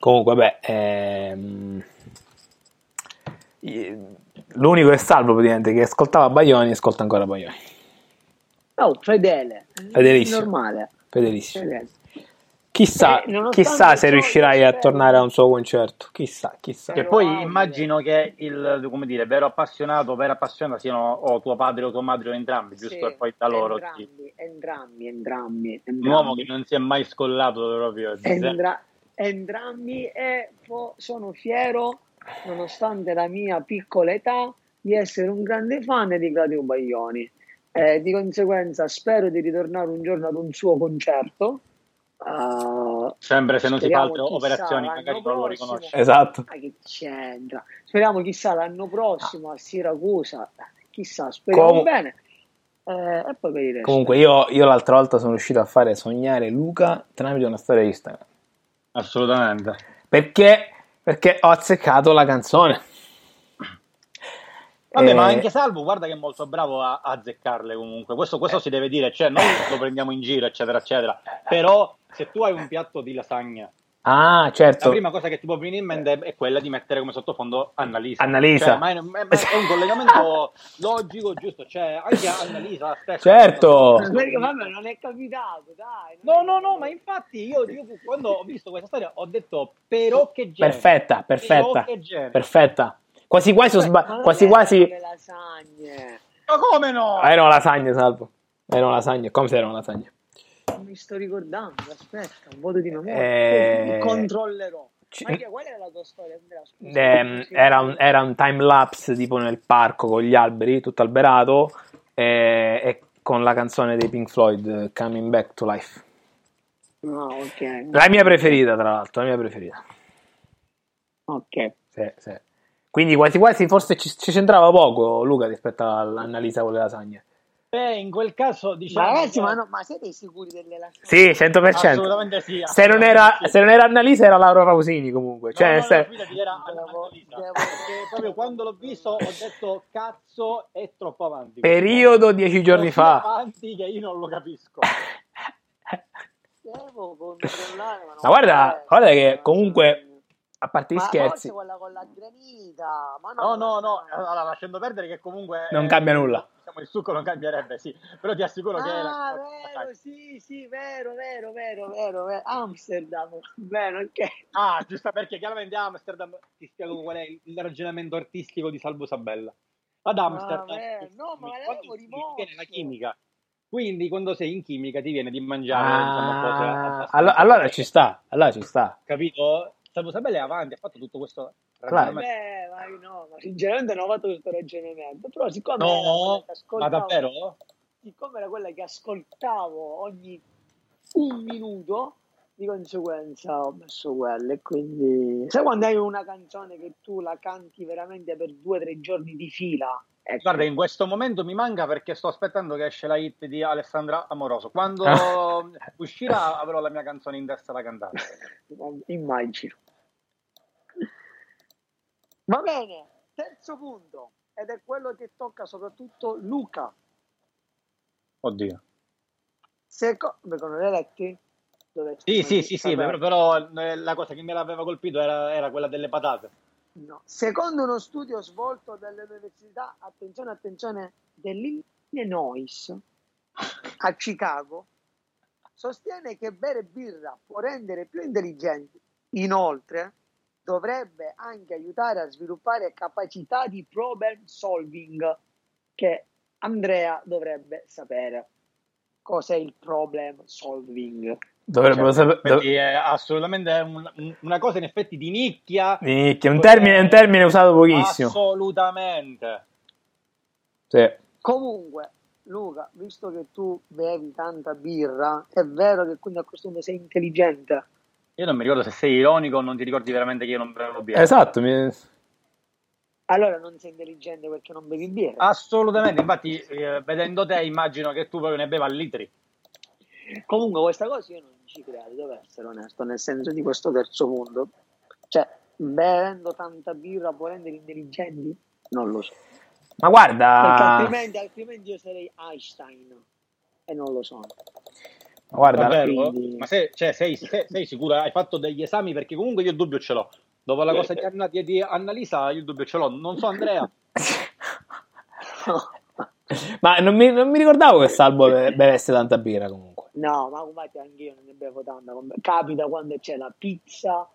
S4: Comunque, beh, ehm, i- l'unico che è salvo praticamente che ascoltava Baglioni ascolta ancora Baglioni.
S6: No, Oh, fedele.
S4: Fedelissimo.
S6: Normale.
S4: Fedelissimo.
S6: Fedele.
S4: Chissà,
S6: Eh, nonostante
S4: chissà se
S6: ciò,
S4: riuscirai
S6: io
S4: a
S6: spero-
S4: tornare a un suo concerto. Chissà, chissà.
S5: Che poi immagino che il come dire, vero appassionato, vera appassionata siano o tuo padre o tua madre o entrambi, giusto?
S6: Sì,
S5: E poi da loro. sì.
S6: Entrambi, entrambi, entrambi.
S5: Un uomo che non si è mai scollato proprio.
S6: Entra- entrambi e fo- sono fiero, nonostante la mia piccola età, di essere un grande fan di Claudio Baglioni. Eh, di conseguenza spero di ritornare un giorno ad un suo concerto. Ah,
S5: Sempre se non si fa altre
S6: speriamo, chissà,
S5: operazioni,
S6: l'anno
S5: magari non lo
S6: prossimo.
S5: riconosce.
S4: Esatto.
S6: Ma che c'entra? Speriamo chissà l'anno prossimo a Siracusa, chissà, speriamo
S4: Com-
S6: bene. Eh, e poi per il resto.
S4: Comunque, io, io l'altra volta sono riuscito a fare sognare Luca tramite una storia di Instagram.
S5: Assolutamente.
S4: Perché? Perché ho azzeccato la canzone.
S5: Vabbè,
S4: Eh,
S5: ma anche Salvo, guarda che è molto bravo a a azzeccarle comunque. Questo, questo si deve dire, cioè noi lo prendiamo in giro, eccetera, eccetera. Però se tu hai un piatto di lasagna
S4: Ah, certo.
S5: La prima cosa che ti può venire in mente è- è quella di mettere come sottofondo Annalisa.
S4: Annalisa.
S5: Cioè, ma è, ma è- ma è un collegamento logico, giusto? Cioè, anche Annalisa stessa.
S4: Certo.
S6: Eh, Perché, vabbè, non è capitato, dai.
S5: No, no, no, ma infatti io, io quando ho visto questa storia ho detto però che genere.
S4: Perfetta,
S5: Però
S4: perfetta.
S5: che genere.
S4: Perfetta. Quasi quasi, ho sba-
S6: Ma non
S4: quasi
S6: è
S4: quasi.
S6: le lasagne.
S5: Ma come no?
S4: Ah, era una lasagna, salvo. Era una lasagna, come se era una lasagna.
S6: Mi sto ricordando, aspetta, un voto di memoria.
S4: Eh,
S6: Controllerò.
S4: ci-
S6: Ma che, qual era la tua storia? Andrea? Scusa.
S4: Ehm,
S6: Sì.
S4: era, un, era un time lapse tipo nel parco con gli alberi, tutto alberato, e, e con la canzone dei Pink Floyd, Coming Back to Life.
S6: Ah, ok.
S4: La mia preferita, tra l'altro, la mia preferita.
S6: Ok.
S4: Sì, sì. Quindi quasi quasi forse ci, ci c'entrava poco Luca rispetto all'analisa con le lasagne.
S5: Beh, in quel caso diciamo...
S6: Ma ragazzi, ma, no, ma siete sicuri delle lasagne?
S4: Sì, 100%.
S5: Assolutamente sì.
S4: Se non era, se non era Annalisa era Laura Pausini comunque. Cioè,
S5: No, no,
S4: nel
S5: no,
S4: sen-
S5: fidati, era Annalisa.
S6: Devo-
S5: Perché proprio quando l'ho visto ho detto cazzo è troppo avanti.
S4: periodo dieci giorni
S5: Così
S4: fa.
S5: avanti che io non lo capisco.
S6: Devo controllare. non
S4: Ma guarda,
S6: penso.
S4: guarda che comunque, a parte gli
S6: Ma
S4: scherzi,
S6: forse quella con la granita. Ma
S5: No,
S6: no,
S5: no, no, allora lasciando perdere che comunque...
S4: non
S5: eh,
S4: cambia nulla.
S5: Diciamo, il succo non cambierebbe, sì. Però ti assicuro eh, che... è
S6: Ah,
S5: la-
S6: vero, sì, sì, vero, vero, vero, vero, vero. Amsterdam. Bene, ok.
S5: Ah, giusto perché chiaramente Amsterdam ti spiego qual è il il ragionamento artistico di Salvo Sabella. Ad Amsterdam,
S6: beh, Ah, no, ma l'avevo
S5: quando ti
S6: rimosso.
S5: viene la chimica. Quindi quando sei in chimica ti viene di mangiare, insomma, cose
S4: Ah,
S5: abbastanza-
S4: allo- allora ci sta, allora ci sta.
S5: capito? Salvo Sabella è avanti, ha fatto tutto questo
S4: Claro.
S5: ragionamento.
S6: Beh, ma io Eh, no, ma sinceramente non ho fatto questo ragionamento. Però siccome era quella
S5: No,
S6: che
S5: ma
S6: ascoltavo-
S5: davvero?
S6: siccome era quella che ascoltavo ogni un minuto, di conseguenza ho messo quella. E quindi, sai quando hai una canzone che tu la canti veramente per due o tre giorni di fila? Ecco.
S5: Guarda, in questo momento mi manca perché sto aspettando che esce la hit di Alessandra Amoroso. Quando uscirà avrò la mia canzone in testa da cantare.
S6: Immagino. Va bene, terzo punto, ed è quello che tocca soprattutto Luca.
S5: Oddio.
S6: Seco- Beh, con le letti? Dove
S5: Sì, sì, sì, sì,
S6: Vabbè.
S5: però, però, eh, la cosa che me l'aveva colpito era, era quella delle patate.
S6: No. Secondo uno studio svolto dalle università, attenzione, attenzione, dell'Illinois a Chicago, sostiene che bere birra può rendere più intelligenti. Inoltre, dovrebbe anche aiutare a sviluppare capacità di problem solving che Andrea dovrebbe sapere. Cos'è il problem solving?
S4: Dovrebbero
S5: Cioè,
S4: sapere.
S5: quindi è assolutamente un- un- una cosa in effetti di nicchia.
S4: Minchia, un termine, un termine usato
S6: Ah,
S4: pochissimo.
S5: Assolutamente.
S4: Sì.
S6: Comunque, Luca, visto che tu bevi tanta birra, è vero che quindi a questo punto sei intelligente.
S5: Io non mi ricordo se sei ironico o non ti ricordi veramente che io non bevo birra.
S4: Esatto, mi-
S6: Allora non sei intelligente perché non bevi birra.
S5: Assolutamente, infatti eh, vedendo te immagino che tu proprio ne beva a litri.
S6: Comunque questa cosa io non ci credo, devo essere onesto, nel senso di questo terzo mondo. Cioè, bevendo tanta birra può rendere intelligenti? Non lo so.
S4: ma
S6: Perché
S4: guarda, ma
S6: altrimenti, altrimenti io sarei Einstein. E non lo sono.
S4: guarda,
S5: Davvero?
S6: quindi-
S5: Ma se- cioè, sei, se- sei sicura? Hai fatto degli esami? Perché comunque io il dubbio ce l'ho. Dopo la cosa di, Anna, di, di Annalisa, io il dubbio ce l'ho. Non so, Andrea.
S4: ma non mi, non mi ricordavo che Salvo be- bevesse tanta birra comunque.
S6: No, ma guardate, anche io non ne bevo tanta. com- Capita quando c'è la pizza,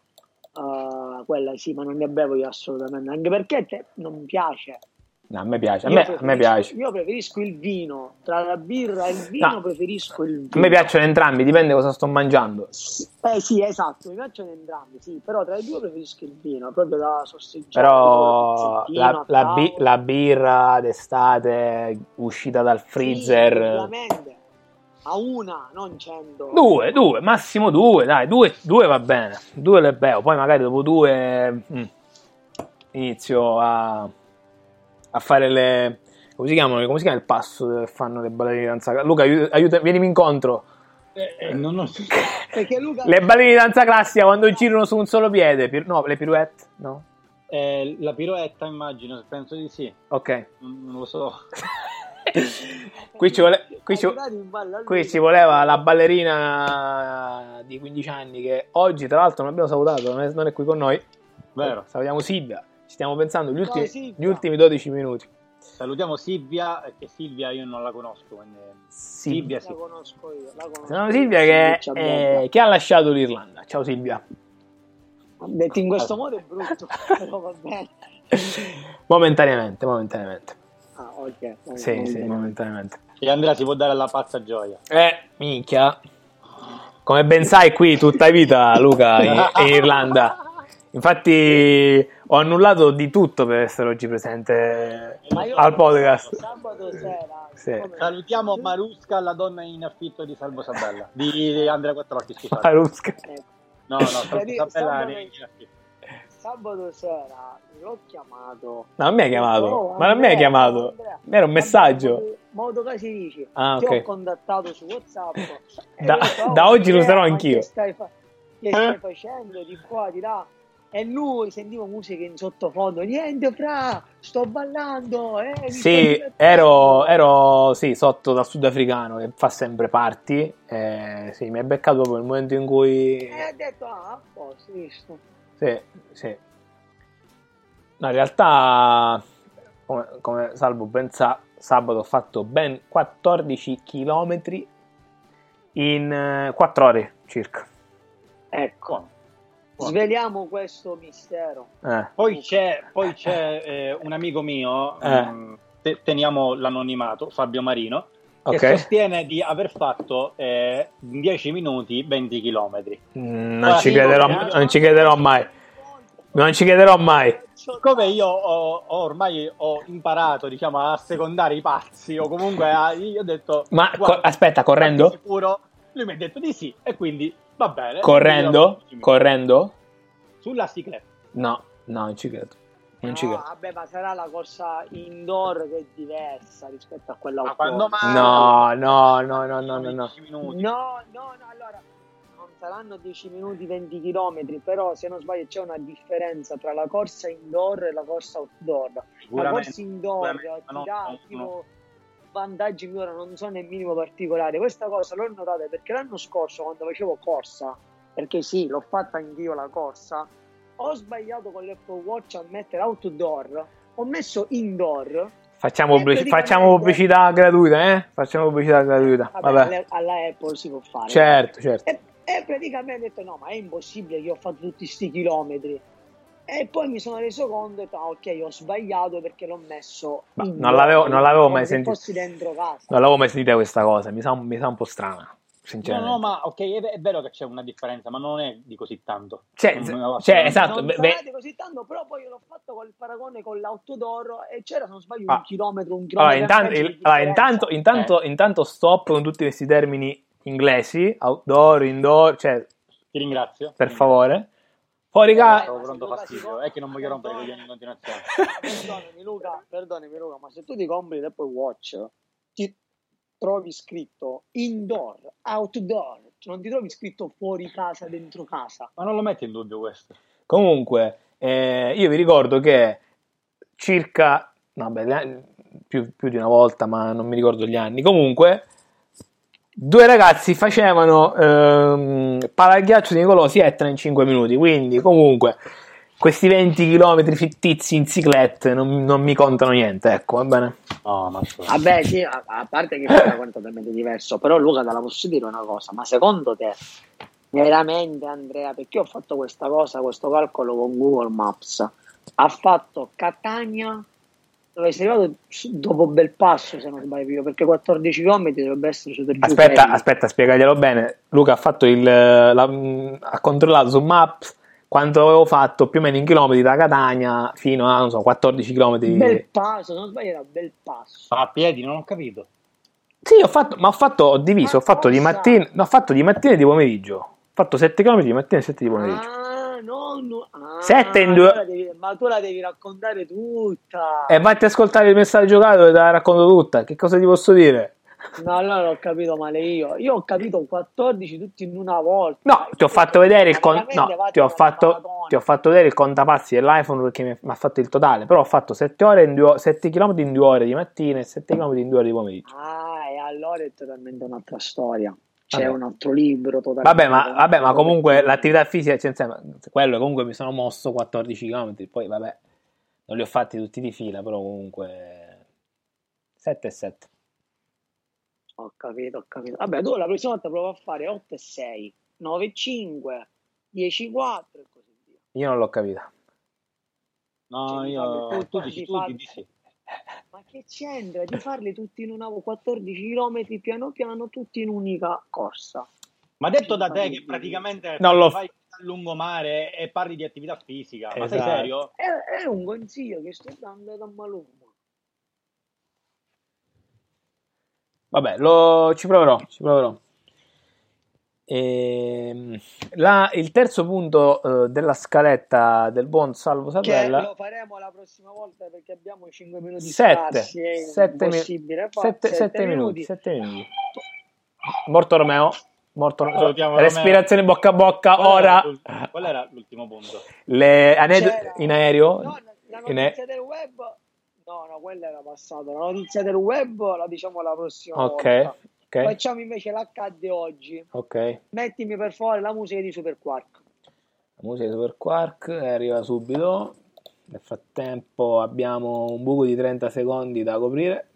S6: eh, quella sì, ma non ne bevo io assolutamente. Anche perché te non piace.
S4: No, a me piace, a
S6: Io
S4: me, a
S6: preferisco-
S4: me piace.
S6: Io preferisco il vino. Tra la birra e il vino
S4: No.
S6: preferisco il vino.
S4: A me piacciono entrambi, dipende cosa sto mangiando.
S6: Eh sì, esatto, mi piacciono entrambi, sì, però tra i due preferisco il vino, proprio da sosseggiare.
S4: Però
S6: Cioè, tipo
S4: la,
S6: la,
S4: la bi- la birra d'estate uscita dal freezer.
S6: A una, non cento.
S4: Due, due, massimo due, dai, due, due va bene, due le bevo, poi magari dopo due mm, inizio a, a fare le... come si chiamano? Come si chiama il passo che fanno le ballerine di danza? Luca, aiu- aiuta, vienimi incontro.
S5: Eh, non ho...
S6: Perché Luca...
S4: Le ballerine di danza classica quando girano su un solo piede, pir- no, le pirouette, no?
S5: Eh, la piroetta immagino, penso di sì.
S4: Ok.
S5: Non non lo so.
S4: Qui ci vuole, Qui
S6: a
S4: ci-
S6: tirare in ballo al
S4: Qui
S6: muro.
S4: ci voleva la ballerina di 15 anni che oggi tra l'altro non abbiamo salutato, non è, non è qui con noi.
S5: Vero.
S4: Salutiamo Silvia, ci stiamo pensando gli ultimi,
S6: Silvia.
S4: gli ultimi 12 minuti.
S5: Salutiamo Silvia, eh, che Silvia io non la conosco. Quindi... Silvia, sì.
S6: La conosco io, la conosco.
S4: Salutiamo Silvia che,
S6: Sì, ci
S4: eh,
S6: abbiamo-
S4: che ha lasciato l'Irlanda. Ciao Silvia.
S6: Detto in
S4: Ah.
S6: questo modo è brutto, però va bene.
S4: momentaneamente, momentaneamente.
S6: Ah, ok. ok,
S4: Sì,
S6: va
S4: sì,
S6: bene.
S4: momentaneamente.
S5: E Andrea si può dare la pazza gioia.
S4: Eh, minchia. Come ben sai, qui tutta vita Luca in, in Irlanda. Infatti, ho annullato di tutto per essere oggi presente
S6: Ma io
S4: al podcast.
S6: Sabato sera.
S4: Sì.
S6: come-
S5: Salutiamo Marusca, la donna in affitto di Salvo Sabella. Di di Andrea Quattrocchi, scusate.
S4: Marusca.
S5: No, no, Salvo Sabella
S6: Salvo-
S5: è in affitto.
S6: Sabato sera l'ho chiamato.
S4: No, non mi hai chiamato.
S6: Oh,
S4: Ma non mi hai
S6: Andrea,
S4: chiamato.
S6: Andrea.
S4: Mi era un messaggio.
S6: Andrea, Ma tu che si dici?
S4: Ah,
S6: Ti
S4: ok.
S6: ho contattato su WhatsApp. e
S4: Da-
S6: io so,
S4: da oggi lo
S6: Andrea,
S4: sarò
S6: ma
S4: anch'io.
S6: Che stai, fa- che stai facendo di qua, di là? E lui sentiva musica in sottofondo. Niente, fra, sto ballando. Eh, mi sto
S4: Sì,
S6: divertendo."
S4: ero, ero, sì, sotto dal sudafricano che fa sempre parti. Eh, sì, mi ha beccato proprio il momento in cui.
S6: E ha detto, ah, a posto, visto.
S4: Sì, sì. No, in realtà, come, come Salvo ben sa, sabato ho fatto ben 14 km in 4 ore circa.
S6: Ecco. Sveliamo questo mistero.
S4: Eh,
S5: Poi c'è, poi c'è, eh, un amico mio,
S4: Eh.
S5: mh, te- teniamo l'anonimato, Fabio Marino, che
S4: ok,
S5: sostiene di aver fatto eh, in 10 minuti 20 km.
S4: Mm, non
S5: Guarda,
S4: ci
S5: io-
S4: crederò, non ci crederò mai. Non ci crederò mai.
S5: Siccome io ho, ho ormai ho imparato diciamo, a secondare i pazzi, o comunque a, io ho detto...
S4: Ma co-
S5: "Guarda,
S4: aspetta, correndo?
S5: sono Sicuro? Lui mi ha detto di sì, e quindi va bene.
S4: Correndo?
S5: Quindi io-
S4: Correndo?
S5: Sulla cicletta.
S4: No, no, non ci credo. Non ci
S6: No,
S4: credo.
S6: vabbè, ma sarà la corsa indoor che è diversa rispetto a quella
S5: Ma quando
S6: outdoor.
S5: mai?
S4: No, no, no, no, no, no, no.
S5: 15 minuti.
S6: No, no, no, allora non saranno 10 minuti, 20 km, però se non sbaglio c'è una differenza tra la corsa indoor e la corsa outdoor. La
S5: Sicuramente.
S6: corsa indoor
S5: sicuramente,
S6: ti
S5: no,
S6: dà
S5: no,
S6: tipo vantaggi migliori, non so nel minimo particolare. Questa cosa l'ho notata perché l'anno scorso quando facevo corsa, perché sì, l'ho fatta anch'io la corsa, ho sbagliato con l'Apple Watch a mettere outdoor, ho messo indoor.
S4: Facciamo, pubblic- facciamo pubblicità gratuita, eh? Facciamo pubblicità gratuita.
S6: Vabbè,
S4: Vabbè.
S6: alle- alla Apple si può fare.
S5: Cioè,
S4: Certo, certo.
S6: E, e praticamente ho detto: No, ma è impossibile che io ho fatto tutti questi chilometri. E poi mi sono reso conto e ho detto: ah, Ok, ho sbagliato perché l'ho messo.
S4: Ma
S6: in
S4: non l'avevo-
S6: giro,
S4: non l'avevo
S6: come
S4: mai
S6: se
S4: sentito.
S6: fossi dentro casa.
S4: Non l'avevo mai sentita questa cosa, mi sa, un- mi sa un po' strana,
S5: No,
S4: sinceramente.
S5: no, ma ok, è, è vero che c'è una differenza, ma non è di così tanto.
S4: Cioè,
S5: Non-
S4: se-
S5: no,
S4: cioè,
S5: assolutamente.
S4: esatto,
S6: non
S4: beh,
S6: parlate
S4: beh,
S6: così tanto, però poi io l'ho fatto col paragone con l'autodoro e c'era, se non sbaglio,
S4: Ah.
S6: un chilometro, un
S4: allora,
S6: chilometro.
S4: intanto,
S6: e mezzo
S4: il-
S6: di
S4: allora,
S6: differenza.
S4: intanto, intanto, intanto stop con tutti questi termini inglesi, outdoor, indoor, cioè,
S5: Ti ringrazio.
S4: per favore. Poi,
S5: Raga,
S4: raga,
S5: stavo pronto fastidio, è che non voglio rompere i coglioni in continuazione.
S6: Perdonami Luca, perdonami Luca, ma se tu ti compri l'Apple Watch ti trovi scritto indoor, outdoor, cioè non ti trovi scritto fuori casa, dentro casa.
S5: Ma non lo metti in dubbio questo.
S4: comunque, eh, io vi ricordo che circa, no, beh, le- più, più di una volta, ma non mi ricordo gli anni, comunque, due ragazzi facevano ehm, palaghiaccio di Nicolò Etna in 5 minuti, quindi comunque questi 20 km fittizi in ciclette non, non mi contano niente, ecco, va bene.
S5: No, ma
S6: Vabbè Ah, sì, a, a parte che è completamente diverso, però Luca te la posso dire una cosa, ma secondo te veramente Andrea, perché ho fatto questa cosa, questo calcolo con Google Maps, ha fatto Catania dove sei arrivato su- dopo Belpasso se non sbaglio, perché 14 km dovrebbe essere su per giù
S4: Aspetta,
S6: fermi.
S4: aspetta, spiegaglielo bene. Luca ha fatto il eh, la- mm, ha controllato su Maps quanto avevo fatto più o meno in chilometri da Catania fino a non so, 14 chilometri.
S6: Bel passo, se non sbaglio era bel passo.
S5: a piedi non ho capito.
S4: Sì, ho fatto, ma ho fatto, ho diviso, ho fatto di
S6: cosa?
S4: mattina, no, ho fatto di mattina e di pomeriggio. Ho fatto 7 km di mattina e 7 di pomeriggio.
S6: Ah, no, no. Ah,
S4: Sette in due- Eh,
S6: tu la devi- ma tu la devi raccontare tutta.
S4: E vatti a ascoltare il messaggio giocato e te la racconto tutta. Che cosa ti posso dire?
S6: No, allora ho capito male io. Io ho capito 14 tutti in una volta.
S4: No, ti ho fatto vedere il con-
S6: Veramente
S4: no,
S6: vado
S4: ti ho
S6: alla
S4: fatto,
S6: maratona.
S4: ti ho fatto vedere il contapassi dell'iPhone perché mi mi ha fatto il totale. Però ho fatto 7 ore in 2 7 km in 2 ore di mattina e 7 km in 2 ore di pomeriggio.
S6: Ah, e allora è totalmente un'altra storia. C'è
S4: Vabbè.
S6: un altro libro totalmente.
S4: Vabbè ma, vabbè, ma
S6: totalmente-
S4: comunque l'attività fisica c'è insieme. Quello comunque mi sono mosso 14 km, poi vabbè, non li ho fatti tutti di fila, però comunque 7 e 7.
S6: Ho capito, ho capito. Vabbè, tu la prossima volta prova a fare 8 e 6, 9 e 5, 10 e 4 e così via.
S4: Io non l'ho capita.
S5: No,
S6: Cioè,
S5: io
S6: mi
S5: tu
S6: fa-
S5: dici
S6: mi
S5: tu
S6: fa-
S5: di sì.
S6: Ma che c'entra di farli tutti in una 14 km piano piano, tutti in un'unica corsa?
S5: Ma detto da te che praticamente
S4: Non l'ho-
S5: vai a lungomare e parli di attività fisica, ma sei
S4: Esatto.
S5: serio?
S6: È, è un consiglio che sto dando da Maluma.
S4: Vabbè, lo- ci proverò, ci proverò. Ehm, la- il terzo punto eh, della scaletta del buon Salvo
S6: Che
S4: Sapella
S6: lo faremo la prossima volta perché abbiamo 5 minuti
S4: Sette.
S6: scarsi. È
S4: Sette mi-
S6: impossibile fare
S4: 7,
S6: sette
S4: minuti. sette minuti. Morto Romeo. Morto Romeo.
S5: Salutiamo
S4: Respirazione bocca a bocca.
S5: Qual era
S4: Ora
S5: l'ultimo- Qual era l'ultimo punto?
S4: le anedo-
S6: C'era-
S4: in aereo.
S6: No, la
S4: in
S6: notizia del web. No, no, quella era passata. La notizia del web la diciamo la
S4: ok,
S6: prossima volta.
S4: ok,
S6: Facciamo invece l'accadde oggi.
S4: ok.
S6: Mettimi per favore la musica di Super Quark.
S4: La musica di Super Quark eh, arriva subito. Nel frattempo abbiamo un buco di 30 secondi da coprire.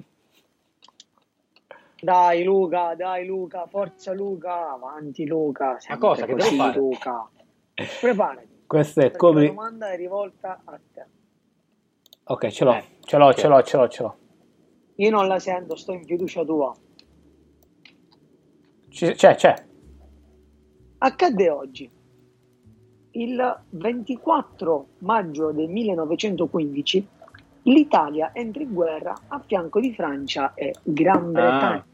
S6: Dai Luca, dai Luca, forza Luca, avanti Luca. sempre
S5: cosa? Che devo
S6: così,
S5: fare?
S6: Luca. Preparati.
S4: Questa è
S6: perché La
S4: copri.
S6: domanda è rivolta a te.
S4: Ok, ce
S6: Eh,
S4: l'ho, ce l'ho, ce l'ho, ce l'ho, ce l'ho.
S6: Io non la sento, sto in fiducia tua.
S4: Ci- C'è, c'è.
S6: Accadde oggi, il 24 maggio del 1915, l'Italia entra in guerra a fianco di Francia e Gran Bretagna.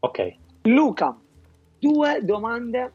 S5: Ok.
S6: Luca, due domande.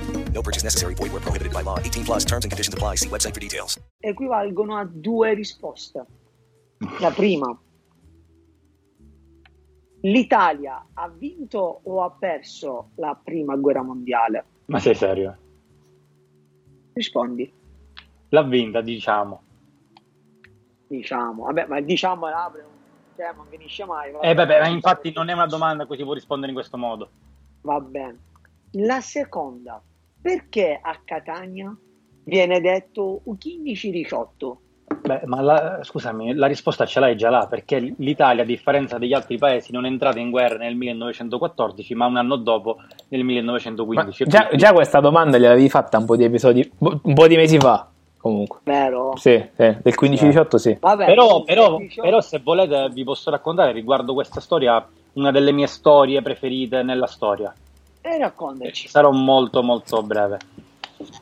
S9: No purchase necessary. Void where prohibited by law. 18 plus terms and conditions apply. See website for details.
S6: Equivalgono a due risposte. La prima, l'Italia ha vinto o ha perso la prima guerra mondiale?
S5: Ma sei serio?
S6: Rispondi,
S5: L'ha vinta, diciamo.
S6: diciamo. Vabbè, ma diciamo apre un tema, non finisce mai.
S5: Eh vabbè, ma infatti non è una domanda a cui si può rispondere in questo modo.
S6: Va bene. La seconda, perché a Catania viene detto 15-18?
S5: Beh, ma la- scusami, la risposta ce l'hai già là, perché l'Italia, a differenza degli altri paesi, non è entrata in guerra nel 1914, ma un anno dopo, nel
S4: Ma
S5: 1915.
S4: già,
S5: Quindi-
S4: già questa domanda gliel'avevi fatta un po' di episodi, un po' di mesi fa. Comunque,
S6: Vero?
S4: sì, sì, del 15-18, sì.
S6: Vabbè,
S5: Però,
S6: sì,
S5: però-
S6: 18.
S5: però se volete vi posso raccontare riguardo questa storia, una delle mie storie preferite nella storia.
S6: Eh, raccontaci.
S5: Sarò molto molto breve.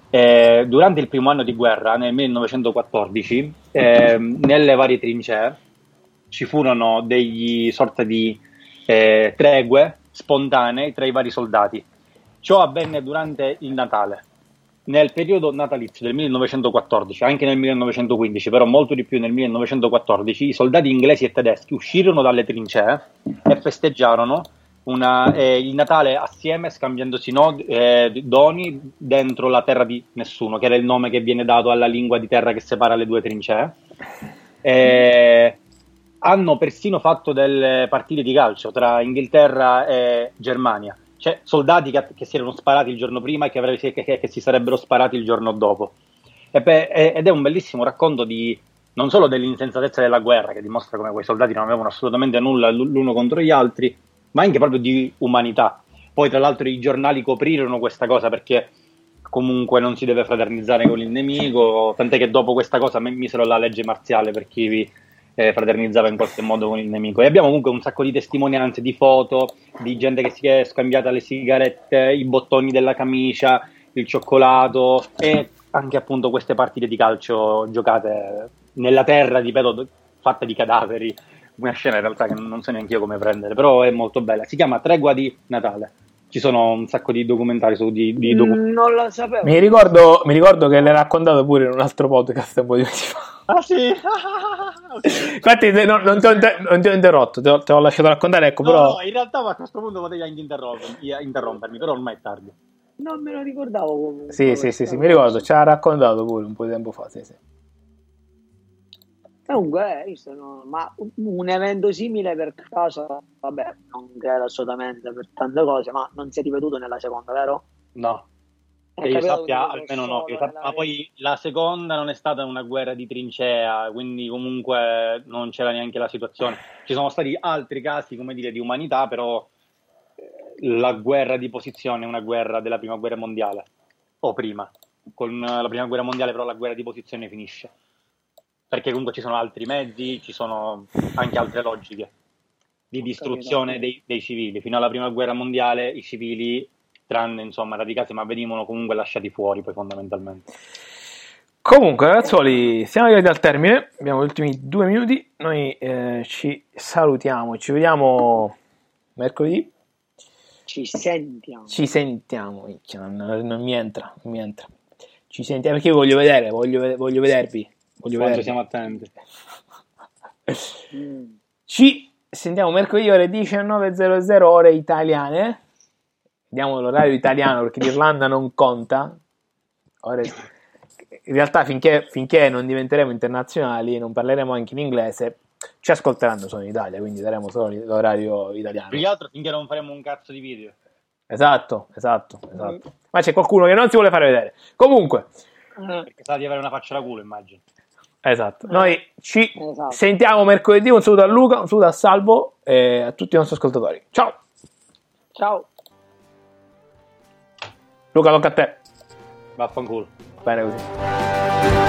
S5: Eh, durante il primo anno di guerra, nel 1914, ehm, nelle varie trincee ci furono degli sorta di eh, tregue spontanee tra i vari soldati. Ciò avvenne durante il Natale, nel periodo natalizio del 1914, anche nel 1915, però molto di più nel 1914, i soldati inglesi e tedeschi uscirono dalle trincee e festeggiarono una- eh, il Natale assieme scambiandosi no- eh, doni dentro la terra di nessuno, che era il nome che viene dato alla lingua di terra che separa le due trincee. Eh, hanno persino fatto delle partite di calcio tra Inghilterra e Germania. Cioè, soldati che, che si erano sparati il giorno prima e che, avre- che- che- che si sarebbero sparati il giorno dopo. E beh, e- ed è un bellissimo racconto di non solo dell'insensatezza della guerra, che dimostra come quei soldati non avevano assolutamente nulla l'u- l'uno contro gli altri, ma anche proprio di umanità. Poi, tra l'altro, i giornali coprirono questa cosa perché comunque non si deve fraternizzare con il nemico. Tant'è che dopo questa cosa mi- misero la legge marziale per chi vi eh, fraternizzava in qualche modo con il nemico. E abbiamo comunque un sacco di testimonianze, di foto, di gente che si è scambiata le sigarette, i bottoni della camicia, il cioccolato e anche appunto queste partite di calcio giocate nella terra, ripeto, d- fatta di cadaveri. Una scena in realtà che non so neanche io come prendere, però è molto bella. Si chiama Tregua di Natale. Ci sono un sacco di documentari su di, di docu-
S6: Mm, Non lo sapevo.
S4: Mi ricordo, mi ricordo che l'hai raccontato pure in un altro podcast un po' di mesi fa.
S5: Ah sì!
S4: Infatti, te- non, non ti ho, inter- non ti ho interrotto, te ho, te ho lasciato raccontare, ecco,
S5: No,
S4: però.
S5: no, in realtà a questo punto potevi anche interrompermi, interrompermi, però ormai è tardi.
S6: Non me lo ricordavo comunque.
S4: Sì, sì, sì, sì, mi ricordo, ci ha raccontato pure un po' di tempo fa, sì, sì.
S5: certo.
S6: Comunque, eh, io sono- ma un- un evento simile per caso, vabbè, non credo assolutamente per tante cose, ma non si è ripetuto nella seconda, vero?
S5: No,
S6: È
S5: che io
S6: capitato
S5: sappia,
S6: che
S5: almeno no. che io
S6: solo
S5: sappia-
S6: nella-
S5: ma poi la seconda non è stata una guerra di trincea, quindi comunque non c'era neanche la situazione. Ci sono stati altri casi, come dire, di umanità, però eh, la guerra di posizione è una guerra della prima guerra mondiale, o prima. Con eh, la prima guerra mondiale però la guerra di posizione finisce. Perché comunque ci sono altri mezzi, ci sono anche altre logiche di distruzione dei, dei civili. Fino alla prima guerra mondiale i civili tranne insomma radicati, ma venivano comunque lasciati fuori poi fondamentalmente.
S4: Comunque, ragazzoli, siamo arrivati al termine. Abbiamo gli ultimi due minuti. Noi eh, ci salutiamo. Ci vediamo mercoledì.
S6: Ci sentiamo.
S4: Ci sentiamo. minchia, Non, non mi entra, non mi entra. Ci sentiamo perché io voglio vedere, voglio, ve- voglio vedervi. Voglio
S5: Quanto
S4: vedervi.
S5: siamo attenti.
S6: Mm.
S4: Ci sentiamo mercoledì ore 19.00 ore italiane. Vediamo l'orario italiano perché l'Irlanda non conta. Ore- In realtà finché, finché non diventeremo internazionali e non parleremo anche in inglese, ci ascolteranno solo in Italia, quindi daremo solo l'orario italiano.
S5: Più che altro finché non faremo un cazzo di video.
S4: Esatto, esatto, esatto. Ma c'è qualcuno che non si vuole fare vedere. Comunque,
S5: Perché sa di avere una faccia da culo, immagino.
S4: esatto, noi ci
S6: Esatto.
S4: sentiamo mercoledì. Un saluto a Luca, un saluto a Salvo e a tutti i nostri ascoltatori. Ciao!
S6: Ciao.
S4: Luca, tocca a te.
S5: Vaffanculo.
S4: Bene così.